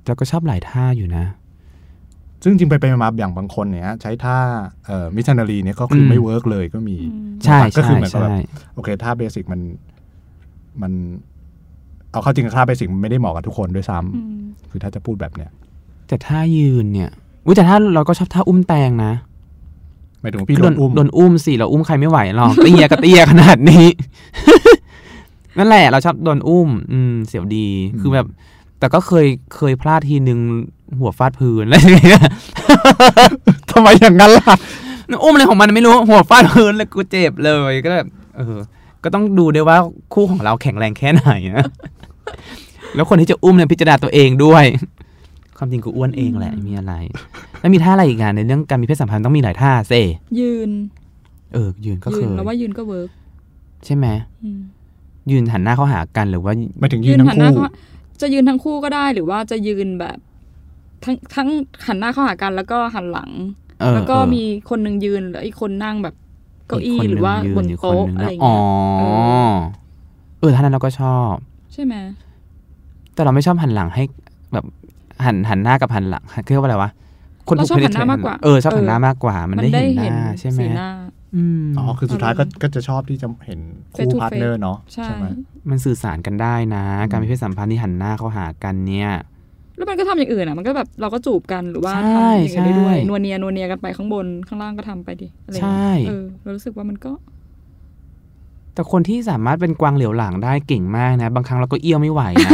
[SPEAKER 3] แล้วก็ชอบหลายท่าอยู่นะ
[SPEAKER 2] ซึ่งจริงไปไปมาๆอย่างบางคนเนี้ยใช้ท่าเอ่อมิชชันนารีเนี่ยก็คืออ
[SPEAKER 3] ม
[SPEAKER 2] ไม่เวิร์กเลยก็มี
[SPEAKER 4] อืม
[SPEAKER 3] ใช่
[SPEAKER 2] ก็คื
[SPEAKER 3] ใช่
[SPEAKER 2] อเหมือนกับ
[SPEAKER 3] ใช่
[SPEAKER 2] แบบโอเคท่าเบสิกมันมัน เอาเข้าจริงกับท่าเบสิกมันไม่ได้เหมาะกับทุกคนด้วยซ้ำ
[SPEAKER 4] อืม
[SPEAKER 2] คือถ้าจะพูดแบบเนี้ย
[SPEAKER 3] แต่ท่ายืนเนี่ยอุ้ยแต่ถ้าเราก็ชอบท่าอุ้มแตงนะ
[SPEAKER 2] หมายถึงว่าพี่โดนอุ้ม
[SPEAKER 3] โดนอุ้มสิ เราอุ้มใครไม่ไหวหรอก เตี้ยก็เตี้ยขนาดนี้ นั่นแหละ เราชอบโดนอุ้ม อืม เสียวดี
[SPEAKER 2] อืม
[SPEAKER 3] คือแบบ แต่ก็เคยเคยพลาดทีนึงหัวฟาดพื้นอะไรอย่างเงี้ย
[SPEAKER 2] ทำไมอย่างนั้นล่ะ
[SPEAKER 3] อุ้มอะไรของมันไม่รู้ หัวฟาดพื้นเลยกูเจ็บเลยก็แบบเออ ก็ต้องดูด้วยว่าคู่ของเราแข็งแรงแค่ไหน นะ แล้วคนที่จะอุ้มเนี่ยพิจารณาตัวเองด้วย ความจริงกูอ้วนเองแหละไม่มีอะไร แล้วมีท่าอะไรอีกงานในเรื่องการมีเพศสัมพันธ์ต้องมีหลายท่าเซ
[SPEAKER 4] ยืน
[SPEAKER 3] เออ ยืนก็เค
[SPEAKER 4] ยืน
[SPEAKER 3] ย
[SPEAKER 4] แล้วว่ายืนก็เวิร์ก
[SPEAKER 3] ใช่ไหม
[SPEAKER 4] อืม
[SPEAKER 3] ยืนหันหน้าเข้าหากันหรือว่า
[SPEAKER 2] หมายถึงยืนทั้ง
[SPEAKER 4] หน้า
[SPEAKER 2] คู่
[SPEAKER 4] เข้าจะยืนทั้งคู่ก็ได้หรือว่าจะยืนแบบทั้งทั้งหันหน้าเข้าหากันแล้วก็หันหลัง
[SPEAKER 3] เออ
[SPEAKER 4] แล้วก็
[SPEAKER 3] เออ
[SPEAKER 4] มีคนหนึ่งยืนแล้วอีกคนนั่งแบบเก้าอี้
[SPEAKER 3] คน
[SPEAKER 4] หรือว่า
[SPEAKER 3] ยื
[SPEAKER 4] บน
[SPEAKER 3] ยู่ค
[SPEAKER 4] โต๊ะ
[SPEAKER 3] หง
[SPEAKER 4] อะไรอย่าง
[SPEAKER 3] อ๋อ
[SPEAKER 4] เงี้ย
[SPEAKER 3] เออท่านั้นเราก็ชอบ
[SPEAKER 4] ใช่ไหม
[SPEAKER 3] แต่เราไม่ชอบหันหลังให้แบบหันหันหน้ากับหันหลังเรียกว่าอะไรวะ
[SPEAKER 4] เราชอบหันหน้ามากกว่า
[SPEAKER 3] เออชอบหันหน้ามากกว่า มันได้เห็นหน้าใช่ไหม
[SPEAKER 4] สีน้า
[SPEAKER 3] อืม
[SPEAKER 2] อ๋อ คือสุดท้ายก็ก็จะชอบที่จะเห็น
[SPEAKER 4] Face
[SPEAKER 2] คู่
[SPEAKER 4] to
[SPEAKER 2] พาร์ทเนอร์เนาะ
[SPEAKER 4] ใช่
[SPEAKER 2] ไหม
[SPEAKER 3] มันสื่อสารกันได้นะ การมีเพศสัมพันธ์ที่หันหน้าเข้าหากันเนี่ย
[SPEAKER 4] แล้วมันก็ทำอย่างอื่นอ่ะ มันก็แบบเราก็จูบกันหรือว่า
[SPEAKER 3] ใช่
[SPEAKER 4] ทำอย่างอื่นได้ด้วย
[SPEAKER 3] ใช่
[SPEAKER 4] นัวเนียนัวเนียกันไปข้างบนข้างล่างก็ทำไปดิอะไรอย่าง
[SPEAKER 3] ใช่
[SPEAKER 4] เงี้ยเออเรารู้สึกว่ามันก็
[SPEAKER 3] แต่คนที่สามารถเป็นกวางเหลียวหลังได้เก่งมากนะ บางครั้งเราก็เอี้ยวไม่ไหว นะ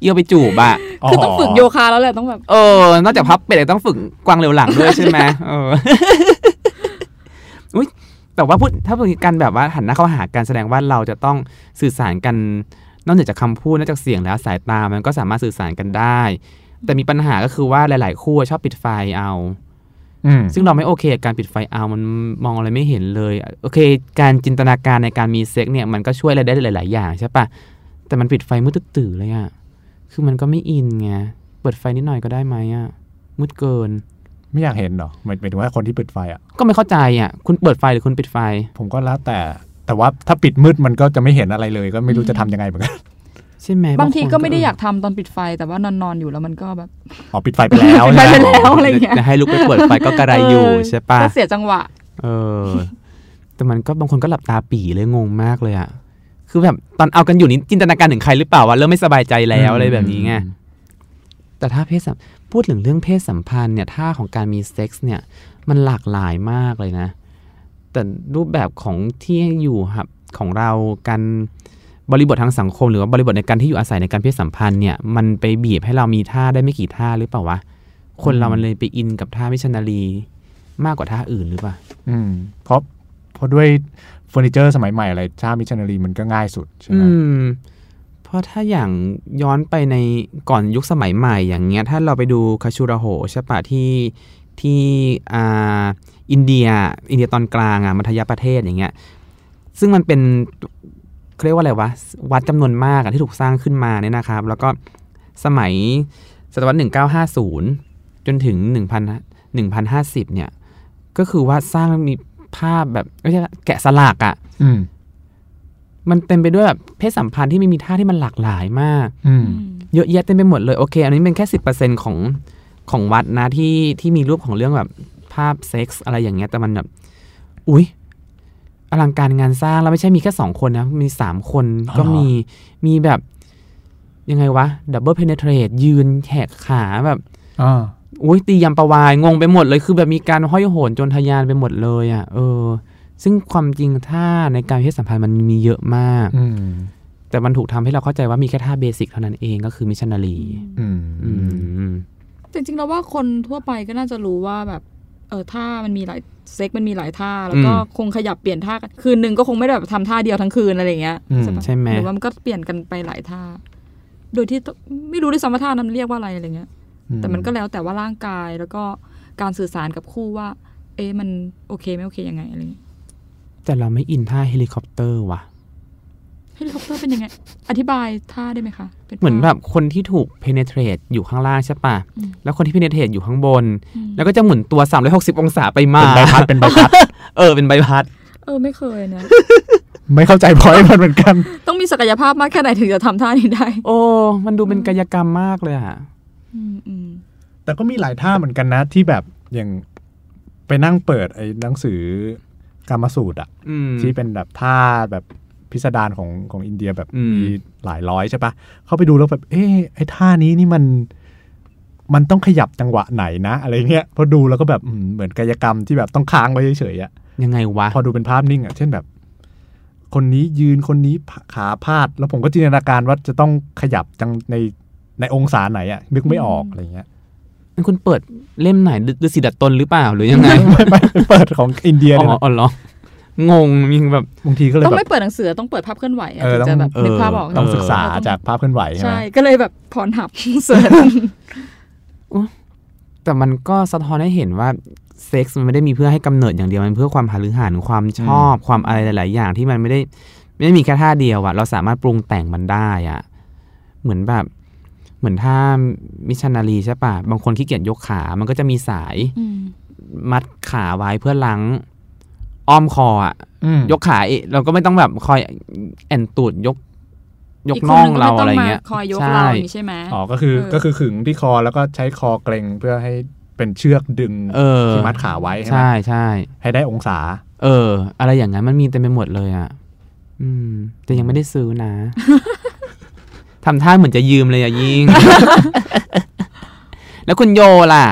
[SPEAKER 3] เอี้ยวไปจูบอะ
[SPEAKER 4] คือต้องฝึกโยคะแล้วแหละต้องแบบ
[SPEAKER 3] เออ นอกจากพับเป็ดต้องฝึกกวางเหลียวหลังด้วยใช่ ไหมเออ อุยแต่ว่าพูดถ้าเป็นการแบบว่าหันหน้าเข้าหากันแสดงว่าเราจะต้องสื่อสารกัน นอกเหนือจากคำพูดนอกจากเสียงแล้วสายตามันก็สามารถสื่อสารกันได้ แต่มีปัญหาก็คือว่าหลาย ๆ คู่ชอบปิดไฟเอา
[SPEAKER 2] อืม
[SPEAKER 3] ซึ่งเราไม่โอเคกับการปิดไฟเอามันมองอะไรไม่เห็นเลย โอเค การจินตนาการในการมีเซ็กซ์เนี่ยมันก็ช่วยอะไรได้หลาย ๆ อย่างใช่ปะแต่มันปิดไฟมืดตื่นเลยอะคือมันก็ไม่อินไง เปิดไฟนิดหน่อยก็ได้ไหมอะมืดเกิน
[SPEAKER 2] ไม่อยากเห็นเหรอหมายหมายถึงว่าคนที่ปิดไฟอ่ะ
[SPEAKER 3] ก็ไม่เข้าใจอะคุณเปิดไฟหรือคุณปิดไฟ
[SPEAKER 2] ผมก็แล้วแต่ แต่ว่าถ้าปิดมืดมันก็จะไม่เห็นอะไรเลย ก็ไม่รู้จะทำยังไงเหมือนกัน
[SPEAKER 3] ใช่ไหม
[SPEAKER 4] บางที
[SPEAKER 3] คน
[SPEAKER 4] ก็ไม่ได้อยากทำตอนปิดไฟแต่ว่านอนๆอยู่แล้วมันก็แบบ
[SPEAKER 2] อ๋อปิดไฟไปแล้ว
[SPEAKER 4] ปิดไฟไป
[SPEAKER 2] ใช่หม
[SPEAKER 4] แล้ว อะไรเงี้ย
[SPEAKER 3] จะให้ลุกไปเปิดไฟก็กระไรอยู่ใช่ ปะ
[SPEAKER 4] ก็เสียจังหวะ
[SPEAKER 3] เออ แต่มันก็บางคนก็หลับตาปี่เลยงงมากเลยอะคือแบบตอนเอากันอยู่นี่จินตนาการถึงใครหรือเปล่าวะเริ่มไม่สบายใจแล้วอะไรแบบนี้ไง แต่ถ้าเพศสัมพูดถึงเรื่องเพศสัมพันธ์เนี่ยท่าของการมีเซ็กส์เนี่ย มันหลากหลายมากเลยนะ แต่รูปแบบของที่อยู่ครับของเราการบริบททางสังคม หรือว่าบริบทในการที่อยู่อาศัยในการเพศสัมพันธ์เนี่ยมันไปบีบให้เรามีท่าได้ไม่กี่ท่าหรือเปล่าวะคนเรามันเลยไปอินกับท่าไม่ชนาลีมากกว่าท่าอื่นหรือเปล่า
[SPEAKER 2] อืมเพราะเพราะด้วยเฟอร์นิเจอร์สมัยใหม่อะไรชามิชชันนารีมันก็ง่ายสุดใช่ไหม
[SPEAKER 3] อืม เพราะถ้าอย่างย้อนไปในก่อนยุคสมัยใหม่อย่างเงี้ย ถ้าเราไปดูคาชูระโหใช่ปะที่ที่อ่าอินเดีย อินเดียตอนกลางอ่ะมัธยประเทศอย่างเงี้ย ซึ่งมันเป็นเขาเรียกว่าอะไรวะ วัดจำนวนมากอะที่ถูกสร้างขึ้นมาเนี่ยนะครับ แล้วก็สมัยศตวรรษ1950 จนถึง 1,000 1,050 เนี่ย ก็คือว่าสร้างมีภาพแบบไม่ใช่แกะสลักอะ
[SPEAKER 2] อืม
[SPEAKER 3] มันเต็มไปด้วยแบบเพศสัมพันธ์ที่ไม่มีท่าที่มันหลากหลายมาก
[SPEAKER 2] อืม
[SPEAKER 3] เยอะแยะเต็มไปหมดเลย โอเค อันนี้เป็นแค่สิของของวัดนะที่ที่มีรูปของเรื่องแบบภาพเซ็กส์อะไรอย่างเงี้ยแต่มันแบบ อุ๊ย อลังการงานสร้างแล้วไม่ใช่มีแค่สองคนนะ มีสามคน
[SPEAKER 2] อ๋อเหรอ
[SPEAKER 3] ก็มีมีแบบ ยังไงวะดับเบิลเพเนเทรตยืนแหกขาแบบ
[SPEAKER 2] อ่า
[SPEAKER 3] อุ้ยตียำประวายงงไปหมดเลยคือแบบมีการห้อยโหนจนทะยานไปหมดเลยอะ่ะเออ ซึ่งความจริงท่าในการเพศสัมพันธ์มันมีเยอะมาก
[SPEAKER 2] อืม
[SPEAKER 3] แต่มันถูกทำให้เราเข้าใจว่ามีแค่ท่าเบสิกเท่านั้นเองก็คือมิชชันนารี
[SPEAKER 2] อืม
[SPEAKER 3] อืม
[SPEAKER 4] จริงๆแล้วว่าคนทั่วไปก็น่าจะรู้ว่าแบบ เออท่ามันมีหลายเซ็กมันมีหลายท่า แล้วก็
[SPEAKER 3] อืม
[SPEAKER 4] คงขยับเปลี่ยนท่ากันคืนหนึ่งก็คงไม่ได้แบบทำท่าเดียวทั้งคืนอะไรอย่างเงี้ย
[SPEAKER 2] อืม
[SPEAKER 4] ปะ
[SPEAKER 3] ใช่ไหม
[SPEAKER 4] หรือว่ามันก็เปลี่ยนกันไปหลายท่า โดยที่ต้องไม่รู้ด้วยซ้ำว่าท่านั้นเรียกว่าอะไรอะไรเงี้ย แต่มันก็แล้วแต่ว่าร่างกายแล้วก็การสื่อสารกับคู่ว่า เอ๊ะมันโอเคไม่โอเคยังไงอะไรเงี้ย
[SPEAKER 3] แต่เราไม่อินท่าเฮลิคอปเตอร์ว่ะ
[SPEAKER 4] เฮลิคอปเตอร์เป็นยังไง อธิบายท่าได้ไหมคะป็
[SPEAKER 3] เหมือน
[SPEAKER 4] ภาพ
[SPEAKER 3] แบบคนที่ถูก penetrate อยู่ข้างล่างใช่ปะ
[SPEAKER 4] อืม
[SPEAKER 3] แล้วคนที่ penetrate อยู่ข้างบน
[SPEAKER 4] อืม
[SPEAKER 3] แล้วก็จะหมุนตัว 360 องศาไปมา
[SPEAKER 2] เป็นใบ พัดเป็นใบพัด
[SPEAKER 3] เออ เป็นใบพัด
[SPEAKER 4] เออไม่เคยนะ
[SPEAKER 2] ไม่เข้าใจพอยมันเหมือนกัน
[SPEAKER 4] ต้องมีศักยภาพมากแค่ไหนถึงจะทำท่านี้ได้
[SPEAKER 3] โอ้ มันดูเป็นกายกรรมมากเลยอะ
[SPEAKER 4] อืมอืม
[SPEAKER 2] แต่ก็มีหลายท่าเหมือนกันนะที่แบบอย่างไปนั่งเปิดไอ้หนังสือกรรมสูตรอะ
[SPEAKER 3] อืม
[SPEAKER 2] ที่เป็นแบบท่าแบบพิสดารของของอินเดียแบบ
[SPEAKER 3] อืม
[SPEAKER 2] มีหลายร้อยใช่ปะเข้าไปดูแล้วแบบ เอ๊ะไอ้ท่านี้นี่มัน มันต้องขยับจังหวะไหนนะ อะไรเงี้ยพอดูแล้วก็แบบอืมเหมือนกายกรรมที่แบบต้องค้างไว้เฉยๆอะ
[SPEAKER 3] ยังไงวะ
[SPEAKER 2] พอดูเป็นภาพนิ่งอ่ะ เช่นแบบ คนนี้ยืนคนนี้ขาพาด แล้วผมก็จินตนาการว่าจะต้องขยับจังในในองศาไหนอ่ะ นึกไม่ออก
[SPEAKER 4] อืม
[SPEAKER 2] อะไรเงี้ย
[SPEAKER 3] นั่นคุณเปิดเล่มไหนดูดูสิดัดตนหรือเปล่าหรือยังไง
[SPEAKER 2] ไม่ไม่ไม่เปิดของอินเดีย
[SPEAKER 3] อ๋
[SPEAKER 2] เนี่ย
[SPEAKER 3] อ
[SPEAKER 2] นะ
[SPEAKER 3] อ๋อเหรองงมีแบบ
[SPEAKER 2] บางทีก็เลย
[SPEAKER 4] ต้อง
[SPEAKER 2] แบ
[SPEAKER 4] ไม่
[SPEAKER 2] บ
[SPEAKER 4] เปิดหนังสือต้องเปิดภาพเคลื่อนไหวอะ
[SPEAKER 2] เออ
[SPEAKER 4] ถึง
[SPEAKER 2] ต้อ
[SPEAKER 4] จะ
[SPEAKER 2] ง
[SPEAKER 4] แบบ
[SPEAKER 3] เออ
[SPEAKER 4] นึกภาพออก
[SPEAKER 2] ต้อง
[SPEAKER 3] เออ
[SPEAKER 2] ศึกษาจากภาพเคลื่อนไหวใช่ไหม
[SPEAKER 4] ใช่ก็เลยแบบพรหั บ เสิร์ช
[SPEAKER 3] แต่มันก็สะท้อนให้เห็นว่าเซ็กส์มันไม่ได้มีเพื่อให้กำเนิดอย่างเดียว มันเพื่อความหารือหานความชอบความอะไรหลาย ๆ อย่างที่มันไม่ได้ไม่ได้มีแค่ท่าเดียวอะเราสามารถปรุงแต่งมันได้อะเหมือนแบบ เหมือนท่ามิชชันนารีใช่ปะบางคนขี้เกียจยกขา มันก็จะมีสาย
[SPEAKER 4] อืม
[SPEAKER 3] มัดขาไว้เพื่อล้างอ้อมคออะ
[SPEAKER 2] อืม
[SPEAKER 3] ยกขาเองเราก็ไม่ต้องแบบคอยแอนตูดยก ยก
[SPEAKER 4] กคน
[SPEAKER 3] น่อง
[SPEAKER 4] หก็
[SPEAKER 3] เรา
[SPEAKER 4] ม่
[SPEAKER 3] อะไร
[SPEAKER 4] ต้ม
[SPEAKER 3] เงี้ย
[SPEAKER 4] คอยยก
[SPEAKER 3] ใช่
[SPEAKER 4] เราอย่างนี้ใช่ไหม
[SPEAKER 2] อ๋อก็คือ
[SPEAKER 4] เออ
[SPEAKER 2] ก็คือขึงที่คอแล้วก็ใช้คอเกรงเพื่อให้เป็นเชือกดึง
[SPEAKER 3] เออ
[SPEAKER 2] ที่มัดขาไว้ใช่ไหม
[SPEAKER 3] ใช่ใช่
[SPEAKER 2] ให้ได้องศา
[SPEAKER 3] เออ อะไรอย่างนั้นมันมีเต็มไปหมดเลยอ่ะ อืม แต่ยังไม่ได้ซื้อนะ ทำท่าเหมือนจะยืมเลยอะยิง แล้วคุณโยล่ะ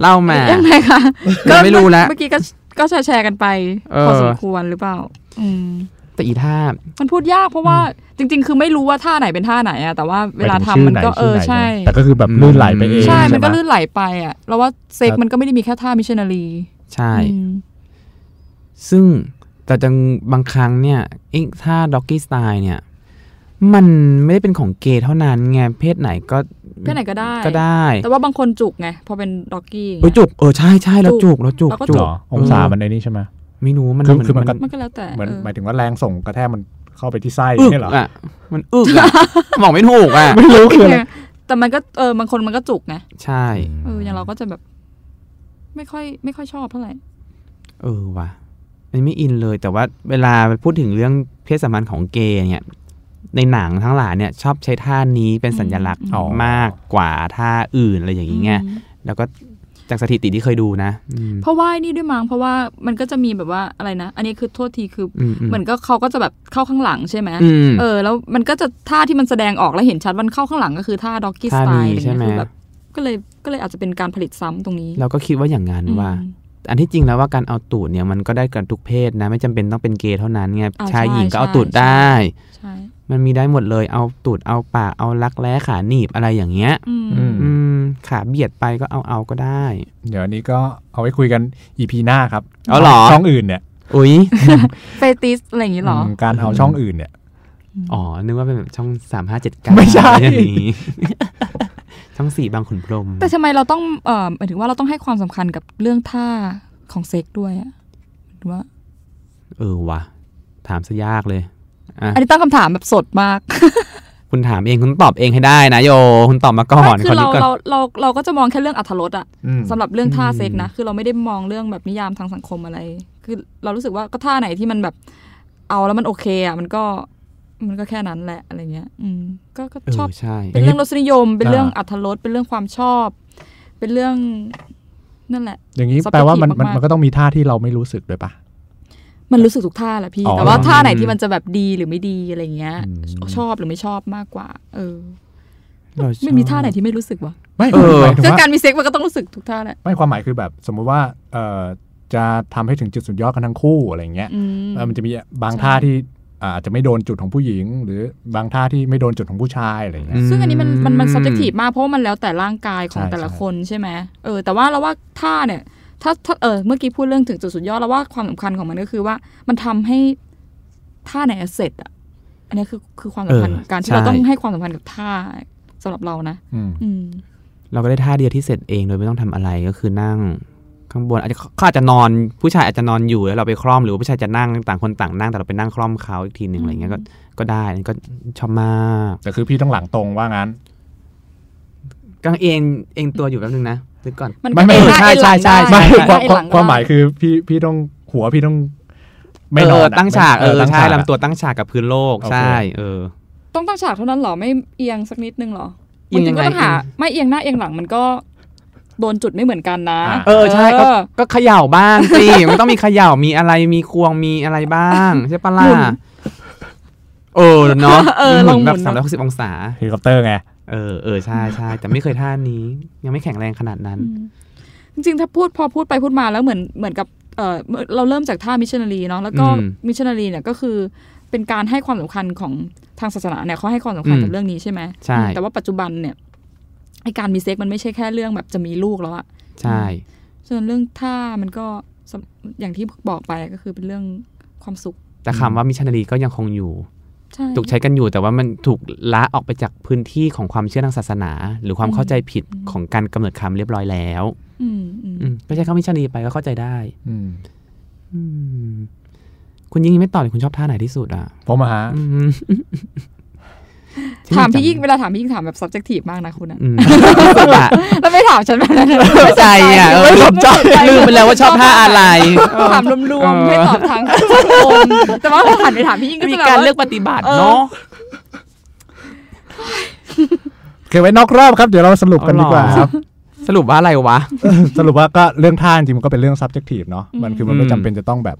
[SPEAKER 3] เล่ามา
[SPEAKER 4] ยังไงคะ
[SPEAKER 3] ยังไม่รู้แล้ว
[SPEAKER 4] เมื่อกี้ก็ก็แชร์ๆกันไป
[SPEAKER 3] เออ
[SPEAKER 4] พอสมควรหรือเปล่า อืม
[SPEAKER 3] แต่อีท่า
[SPEAKER 4] มันพูดยากเพราะว่าจริง ๆ คือไม่รู้ว่าท่าไหนเป็นท่าไหนอะแต่ว่าเวลาทำมันก็เออใช่
[SPEAKER 2] แต่ก็คือแบบลื่นไหลไปเอง
[SPEAKER 4] ใช่
[SPEAKER 3] ใช่
[SPEAKER 4] มันก็
[SPEAKER 2] ปะ
[SPEAKER 4] ลื่นไหลไปอ่ะเราว่าเซ็ก
[SPEAKER 2] ครับ
[SPEAKER 4] มันก็ไม่ได้มีแค่ท่ามิชชันนารี
[SPEAKER 3] ใช่
[SPEAKER 4] อืม
[SPEAKER 3] ซึ่งแต่จังบางครั้งเนี่ยไอ้ท่าด็อกกี้สไตล์เนี่ย มันไม่ได้เป็นของเกย์เท่านั้นไงเพศไหนก็
[SPEAKER 4] เพื่อนไหนก็ได้
[SPEAKER 3] ก็ได้
[SPEAKER 4] แต่ว่าบางคนจุกไงพอเป็นด็อกกี้อย่าง
[SPEAKER 3] เอ้ย
[SPEAKER 4] เงี้ย
[SPEAKER 3] จุกเออใช่ใช่แล้วจุกแล้วจุก
[SPEAKER 4] แล้วก็
[SPEAKER 3] จุ
[SPEAKER 2] หร
[SPEAKER 3] ก
[SPEAKER 2] อองศามันในนี้ใช่ไหม
[SPEAKER 3] ไม่รู้มัน
[SPEAKER 2] คือ
[SPEAKER 3] เหมือน
[SPEAKER 2] คือมันก็
[SPEAKER 4] มันก็แล้วแต่
[SPEAKER 2] เหมือน
[SPEAKER 4] เออ
[SPEAKER 2] หมายถึงว่าแรงส่งกระแทกมันเข้าไปที่ไส้
[SPEAKER 3] อึก
[SPEAKER 2] เนี่ยเหรอ
[SPEAKER 3] อ่ะมันอึก อ่ะบอกไม่ถูกอ่ะ
[SPEAKER 2] ไม่รู้คืออะไร
[SPEAKER 4] แต่มันก็เออบางคนมันก็จุกไง
[SPEAKER 3] ใช่
[SPEAKER 4] เอออย่างเราก็จะแบบ ไม่ค่อยไม่ค่อยชอบเท่าไหร่
[SPEAKER 3] เออว่ะมันไม่อินเลยแต่ว่าเวลาพูดถึงเรื่องเพศสัมพันธ์ของเกย์เนี่ย ในหนังทั้งหลายเนี่ย ชอบใช้ท่านี้เป็นสัญลักษณ์
[SPEAKER 2] อ๋อ
[SPEAKER 3] มากกว่าท่าอื่นอะไรอย่างนี้ไง
[SPEAKER 4] อืม
[SPEAKER 3] แล้วก็จากสถิติที่เคยดูนะ
[SPEAKER 4] เพราะว่าไอ้นี่ด้วยมั้งเพราะว่ามันก็จะมีแบบว่าอะไรนะ อันนี้คือโทษทีคือ
[SPEAKER 3] อื
[SPEAKER 4] อเหมือนก็เขาก็จะแบบเข้าข้างหลังใช่ไหม
[SPEAKER 3] อืม
[SPEAKER 4] เออ แล้วมันก็จะท่าที่มันแสดงออกแล้วเห็นชัดมันเข้าข้างหลังก็คือท่าด็อกกี้ส
[SPEAKER 3] ท่า
[SPEAKER 4] ไต
[SPEAKER 3] นี้
[SPEAKER 4] ล์อะไร
[SPEAKER 3] ใช่
[SPEAKER 4] เงี้ย
[SPEAKER 3] ไหม
[SPEAKER 4] คือแบบก็เลยก็เลยอาจจะเป็นการผลิตซ้ำตรงนี้
[SPEAKER 3] เราก็คิดว่าอย่างนั้นว่า
[SPEAKER 4] อืม
[SPEAKER 3] อันที่จริงแล้วว่าการเอาตูดเนี่ยมันก็ได้กันทุกเพศนะ ไม่จำเป็นต้องเป็นเกย์เท่านั้นไง
[SPEAKER 4] อ่า
[SPEAKER 3] ชาย
[SPEAKER 4] ใช่
[SPEAKER 3] หญิงก็เอา
[SPEAKER 4] ใช่
[SPEAKER 3] ตูดได้
[SPEAKER 4] ใช่ ใช่
[SPEAKER 3] มันมีได้หมดเลยเอาตูดเอาปากเอารักแร้ขาหนีบอะไรอย่างเงี้ย
[SPEAKER 4] อืม
[SPEAKER 2] อืม
[SPEAKER 3] อืมขาเบียดไปก็เอาเอาก็ได้
[SPEAKER 2] เดี๋ยวอันนี้ก็เอาไว้คุยกันอีพีหน้าครับ
[SPEAKER 3] เอาเหรอ
[SPEAKER 2] ช่องอื่นเนี่ย
[SPEAKER 3] อุ๊ย
[SPEAKER 4] เฟติสอะไรอย่างนี้เหรอ
[SPEAKER 2] มการเอาช่องอื่นเนี่ย
[SPEAKER 3] อ๋อ นึกว่าเป็นแบบช่องสามห้าเจ็ดเก้า
[SPEAKER 2] ไม่ใช่
[SPEAKER 3] ช่องสี่บางขุนพรหม
[SPEAKER 4] แต่ทำไมเราต้องเอ่อหมายถึงว่าเราต้องให้ความสำคัญกับเรื่องท่าของเซ็กด้วยอะหรือว่า
[SPEAKER 3] เออว่ะถามซะยากเลยอ่ะ
[SPEAKER 4] อันนี้ตั้งคำถามแบบสดมาก
[SPEAKER 3] คุณถามเองคุณตอบเเองให้ได้นะโย คุณตอบมาก่อน
[SPEAKER 4] คื
[SPEAKER 3] ข
[SPEAKER 4] อเรา
[SPEAKER 3] ดก่น
[SPEAKER 4] เราเราเราก็จะมองแค่เรื่องอัธรสอะ
[SPEAKER 2] อืม
[SPEAKER 4] สำหรับเรื่องท่า
[SPEAKER 3] อืม
[SPEAKER 4] เซ็กนะ คือเราไม่ได้มองเรื่องแบบนิยามทางสังคมอะไร คือเรารู้สึกว่าก็ท่าไหนที่มันแบบเอาแล้วมันโอเคอะมันก็มันก็แค่นั้นแหละอะไรเงี้ย อืมก็ก็
[SPEAKER 3] เออ
[SPEAKER 4] ชอบ
[SPEAKER 3] ใช่
[SPEAKER 4] เป็นเรื่องรสนิยม เป็นเรื่องอัธรสเป็นเรื่องความชอบ เป็นเรื่องนั่นแหละ
[SPEAKER 2] อย่างนี้
[SPEAKER 4] subjective
[SPEAKER 2] แปลว่ามันมัน
[SPEAKER 4] มากๆ
[SPEAKER 2] มันก็ต้องมีท่าที่เราไม่รู้สึกด้วยปะ
[SPEAKER 4] มันรู้สึกทุกท่าแหละพี่
[SPEAKER 2] อ๋อ
[SPEAKER 4] แต่ว่าท่าไหน
[SPEAKER 3] อืม
[SPEAKER 4] ที่มันจะแบบดีหรือไม่ดีอะไรอย่างเงี้ย
[SPEAKER 2] อืม
[SPEAKER 4] ชอบหรือไม่ชอบมากกว่า เออ
[SPEAKER 3] เราชอบ
[SPEAKER 4] ไม่มีท่าไหนที่ไม่รู้สึกวะ
[SPEAKER 2] ไม่
[SPEAKER 3] เออ
[SPEAKER 2] หมายถึง
[SPEAKER 4] คือ
[SPEAKER 2] ว่า
[SPEAKER 4] การมีเซ็กมันก็ต้องรู้สึกทุกท่าแหละ
[SPEAKER 2] ไม่ความหมายคือแบบ สมมุติว่าเอ่อจะทำให้ถึงจุดสุดยอดกันทั้งคู่อะไรอย่างเงี้ย
[SPEAKER 4] อืม
[SPEAKER 2] เออมันจะมีบาง
[SPEAKER 4] ใช่
[SPEAKER 2] ท่าที่อาอาจจะไม่โดนจุดของผู้หญิง หรือบางท่าที่ไม่โดนจุดของผู้ชายอะไรอย่างเงี้ย
[SPEAKER 4] ซึ่งอันนี้มันมันมัน subjective
[SPEAKER 3] อืม
[SPEAKER 4] มากเพราะว่ามันแล้วแต่ร่างกายของ
[SPEAKER 2] ใช่
[SPEAKER 4] แต่ละ
[SPEAKER 2] ใช่
[SPEAKER 4] คนใช่ไหมเออแต่ว่าเราว่าท่าเนี่ย ถ้าถ้าเออเมื่อกี้พูดเรื่องถึงจุดสุดยอดแล้วว่าความสำคัญของมันก็คือว่า มันทำให้ท่าไหนเสร็จอ่ะ อันนี้คือคือความสำคัญ
[SPEAKER 3] เออ
[SPEAKER 4] การที่เรา
[SPEAKER 3] ใช่
[SPEAKER 4] ต้องให้ความสำคัญกับท่าสำหรับเรานะ
[SPEAKER 2] อืม
[SPEAKER 4] อืม
[SPEAKER 3] เราก็ได้ท่าเดียวที่เสร็จเองโดยไม่ต้องทำอะไรก็คือนั่งข้างบนอาจจะเขาอาจจะนอนผู้ชายอาจจะนอนอยู่แล้วเราไปคล่อมหรือว่าผู้ชายจะนั่งต่างคนต่างนั่งแต่เราไปนั่งคล่อมเขาอีกทีหนึ่ง
[SPEAKER 4] อืม
[SPEAKER 3] อะไรเงี้ยก็ก็ได้อันนี้ก็ชอบมาก
[SPEAKER 2] แต่คือพี่ต้องหลังตรงว่างั้น
[SPEAKER 3] กางเองเองตัวอยู่แป๊บนึงนะนึกก่อน
[SPEAKER 4] มัน
[SPEAKER 2] ไม่ไม่
[SPEAKER 4] เป็นท่า
[SPEAKER 3] ใช่
[SPEAKER 4] เอ็นหลัง
[SPEAKER 3] ใช่ใช่
[SPEAKER 4] ได้
[SPEAKER 2] ไม่
[SPEAKER 4] เป็น
[SPEAKER 2] ควา
[SPEAKER 4] ท่าม เอ็
[SPEAKER 2] คน วา
[SPEAKER 4] ห
[SPEAKER 2] ม
[SPEAKER 4] ลัง
[SPEAKER 2] ความหมาย
[SPEAKER 4] ได้
[SPEAKER 2] คือพี่พี่ต้องหัวพี่ต้องไม่น
[SPEAKER 3] เอ
[SPEAKER 2] อ
[SPEAKER 3] อน
[SPEAKER 2] อะ
[SPEAKER 3] ตั้งฉากเออ
[SPEAKER 2] ตั้ง
[SPEAKER 3] ใช่
[SPEAKER 2] ฉากอะ
[SPEAKER 3] ลำตัวตั้งฉากกับพื้นโลก
[SPEAKER 2] โอเค
[SPEAKER 3] ใช่เออ
[SPEAKER 4] ต้องตั้งฉากเท่านั้นเหรอ ไม่เอียงสักนิดนึงเหรอ
[SPEAKER 3] เอียง
[SPEAKER 4] จริงๆก็
[SPEAKER 3] ยังไง
[SPEAKER 4] ต้องหาไม่เอียงหน้าเอียงหลังมันก็โดนจุดไม่เหมือนกันนะ
[SPEAKER 2] อ่า
[SPEAKER 3] เออใช่ก็
[SPEAKER 4] เออ
[SPEAKER 3] ก็เขย่าบ้างสิ มันต้องมีเขย่ามีอะไรมีควงมีอะไรบ้าง ใช่ปะล่ะ
[SPEAKER 4] หมุน
[SPEAKER 3] เออเนาะ
[SPEAKER 4] เออ
[SPEAKER 3] ห
[SPEAKER 4] ล
[SPEAKER 3] มุ
[SPEAKER 4] อง
[SPEAKER 3] นแบบ
[SPEAKER 4] หมุน
[SPEAKER 3] สามร้อยหกสิบองศา
[SPEAKER 2] เฮลิคอปเตอร์ไง
[SPEAKER 3] เออเออใช่ใช่แต่ไม่เคยท่านี้ ยังไม่แข็งแรงขนาดนั้น
[SPEAKER 4] จริงๆ ถ้าพูดพอพูดไปพูดมาแล้วเหมือนเหมือนกับเออเมื่อเราเริ่มจากท่ามิชชันนารีเนาะแล้วก็
[SPEAKER 3] อืม
[SPEAKER 4] มิชชันนารีเนี่ยก็คือเป็นการให้ความสำคัญของทางศาสนาเนี่ยเขาให้ความสำคัญ
[SPEAKER 3] อืม
[SPEAKER 4] กับเรื่องนี้ใช่ไหม
[SPEAKER 3] ใช่
[SPEAKER 4] อืมแต่ว่าปัจจุบันเนี่ยไอการมีเซ็กมันไม่ใช่แค่เรื่องแบบจะมีลูกแล้วอะ
[SPEAKER 3] ใช่
[SPEAKER 4] ส่วนเรื่องท่ามันก็สำอย่างที่บอกไปก็คือเป็นเรื่องความสุข
[SPEAKER 3] แต่คำว่ามิชชันนารีก็ยังคงอยู่
[SPEAKER 4] ใช่
[SPEAKER 3] ถูกใช้กันอยู่แต่ว่ามันถูกละออกไปจากพื้นที่ของความเชื่อทางศาสนา หรือความ
[SPEAKER 4] อืม
[SPEAKER 3] เข้าใจผิดของการกำเนิดคำเรียบร้อยแล้ว
[SPEAKER 4] อืมอืม
[SPEAKER 3] อืมก็ใช้คำมิชชันนารีไปก็เข้าใจได้
[SPEAKER 2] อืม
[SPEAKER 3] อืมคุณยิ่งไม่ตอบเลยคุณชอบท่าไหนที่สุดอ่ะ
[SPEAKER 2] ผมอะฮะ
[SPEAKER 3] อืม
[SPEAKER 4] ถามพี่ยิ่งเวลาถามพี่ยิ่งถามแบบ subjective มากนะคุณอะ
[SPEAKER 3] อืม
[SPEAKER 4] แล้ว ไม่ถามฉันแบบนั้นนะ
[SPEAKER 3] ไม่ใจอ่ะเออ
[SPEAKER 4] ไม่สนใจ
[SPEAKER 3] ไม่สนใจลืมไปแล้วว่าชอบท่าอะไรเออ
[SPEAKER 4] ถามรวม
[SPEAKER 3] เออ
[SPEAKER 4] ๆไม่ตอบทางสังคมแต่ว่าพอหันไปถามพี่ยิ่งก็
[SPEAKER 3] มี
[SPEAKER 4] จะแบบ
[SPEAKER 3] การ
[SPEAKER 4] ว่า
[SPEAKER 3] เลือกปฏิบัติ
[SPEAKER 4] เออ
[SPEAKER 3] เนาะ
[SPEAKER 2] เก็บไว้นอกรอบครับ เดี๋ยวเราสรุปกันดีกว่า
[SPEAKER 3] เอาหรอ
[SPEAKER 2] ครับ
[SPEAKER 3] สรุปว่าอะไรวะ
[SPEAKER 2] สรุปว่าก็เรื่องท่าจริงๆมันก็เป็นเรื่อง subjective เนาะมันคือมันไม่
[SPEAKER 3] อืม
[SPEAKER 2] จำเป็นจะต้องแบบ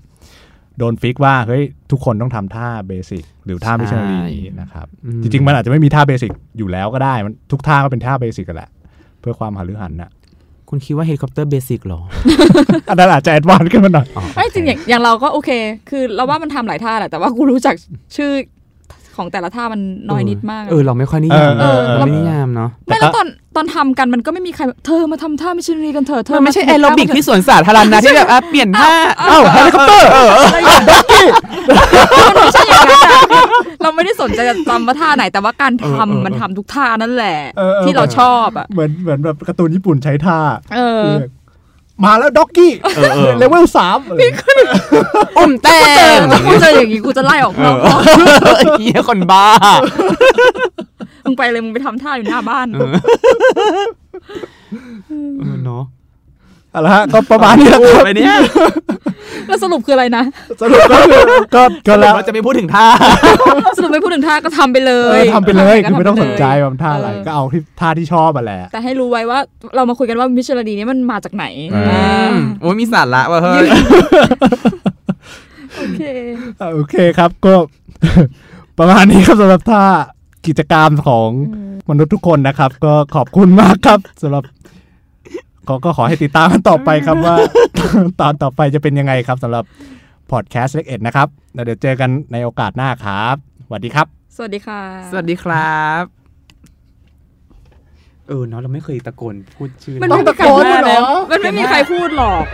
[SPEAKER 2] โดนฟิกว่าเฮ้ยทุกคนต้องทำท่าเบสิกหรือท่ามิชชันนารี
[SPEAKER 3] ใช่
[SPEAKER 2] นะครับ
[SPEAKER 3] อื
[SPEAKER 2] จริงๆ มันอาจจะไม่มีท่าเบสิกอยู่แล้วก็ได้ มันทุกท่าก็เป็นท่าเบสิกกันแหละ เพื่อความหารือหันน่ะ
[SPEAKER 3] คุณคิดว่าเฮลิคอปเตอร์เบสิกหรอ
[SPEAKER 2] อันนั้นอาจจะแอดวานซ์ขึ้นมาหน่อย
[SPEAKER 4] ไม่จริงอย่างอย่างเราก็โอเค คือเราว่ามันทำหลายท่าแหละแต่ว่ากูรู้จักชื่อของแต่ละท่ามันน้อยนิดมากอะ
[SPEAKER 3] เออ เราไม่ค่อยนิยาม
[SPEAKER 2] เออเออ
[SPEAKER 3] เราไม่นิยามเนาะ
[SPEAKER 4] ไม่แล้วตอนตอนทำกันมันก็ไม่มีใครแบบเธอมาทำท่ามิชชันนีกันเถอะเธอ
[SPEAKER 3] มันไม่ใช่แอ
[SPEAKER 4] ทำ
[SPEAKER 3] โรบิกที่สวนสาธารณะที่แบบอ่ะเปลี่ยนท่า
[SPEAKER 2] อ้าวเฮลิคอปเตอร์
[SPEAKER 4] อะไรอย่างเงี้ยมันไม่ใช่อย่างนั้นอะเราไม่ได้สนใจจะจำว่าท่าไหนแต่ว่าการทำมันทำทุกท่านั่นแหละ
[SPEAKER 2] ออออ
[SPEAKER 4] ที่เราชอบอ่ะ
[SPEAKER 2] เหมือนเหมือนแบบการ์ตูนญี่ปุ่นใช้ท่า
[SPEAKER 4] เออ
[SPEAKER 2] เรียกมาแล้วด็อกกี้เลเวลสามอะไร
[SPEAKER 3] อุ้มแต้
[SPEAKER 4] เออ
[SPEAKER 3] ม
[SPEAKER 4] ถ้ากูเจออย่างงี้กูจะไล่ออกนอกห้อง
[SPEAKER 3] เฮียคนบ้า
[SPEAKER 4] มึงไปเลยมึงไปทำท่าอยู่หน้าบ้าน
[SPEAKER 3] เออเนาะ
[SPEAKER 2] เอาละฮะก็ประมาณนี้แหล้วครับ
[SPEAKER 3] ไปเนี่ย
[SPEAKER 4] แล้วสรุปคืออะไรนะ
[SPEAKER 2] สรุปก็คือก็ก็แล้ว
[SPEAKER 3] เราจะไม่พูดถึงท่า
[SPEAKER 4] สรุปไม่พูดถึงท่าก็ทำไปเล
[SPEAKER 2] เอย อทำไปเลยคือไม่ต้องส
[SPEAKER 4] ทำป
[SPEAKER 2] นใจว่ามันท่าอะไร
[SPEAKER 4] เ
[SPEAKER 2] ก็เอาที่ท่าที่ชอบอ่ะแหละ
[SPEAKER 4] แต่ให้รู้ไว้ว่าเรามาคุยกันว่ามิชชันนีนี่มันมาจากไหน
[SPEAKER 2] อื
[SPEAKER 3] อืมโอ้ยมีสาระว่ะเฮ้ย
[SPEAKER 4] โอเค
[SPEAKER 2] เออโอเคครับก็ ประมาณนี้ครับสำหรับท่ากิจกรรมของมนุษย์ทุกคนนะครับ ก็ขอบคุณมากครับสำหรับก็ก็ขอให้ติดตามกันต่อไปครับว่า ตอนต่อไปจะเป็นยังไงครับสำหรับพอดแคสต์เล็กเอ็ดนะครับแล้วเดี๋ยวเจอกันในโอกาสหน้าครับสวัสดีครับ
[SPEAKER 4] สวัสดีค่ะ
[SPEAKER 3] สวัสดีครับ เออเนาะเราไม่เคยตะโกนพูดชื่อ
[SPEAKER 4] มัน
[SPEAKER 3] เรา
[SPEAKER 4] ไม่มีใครพูดหรอก มันไม่มีใครพูดหรอก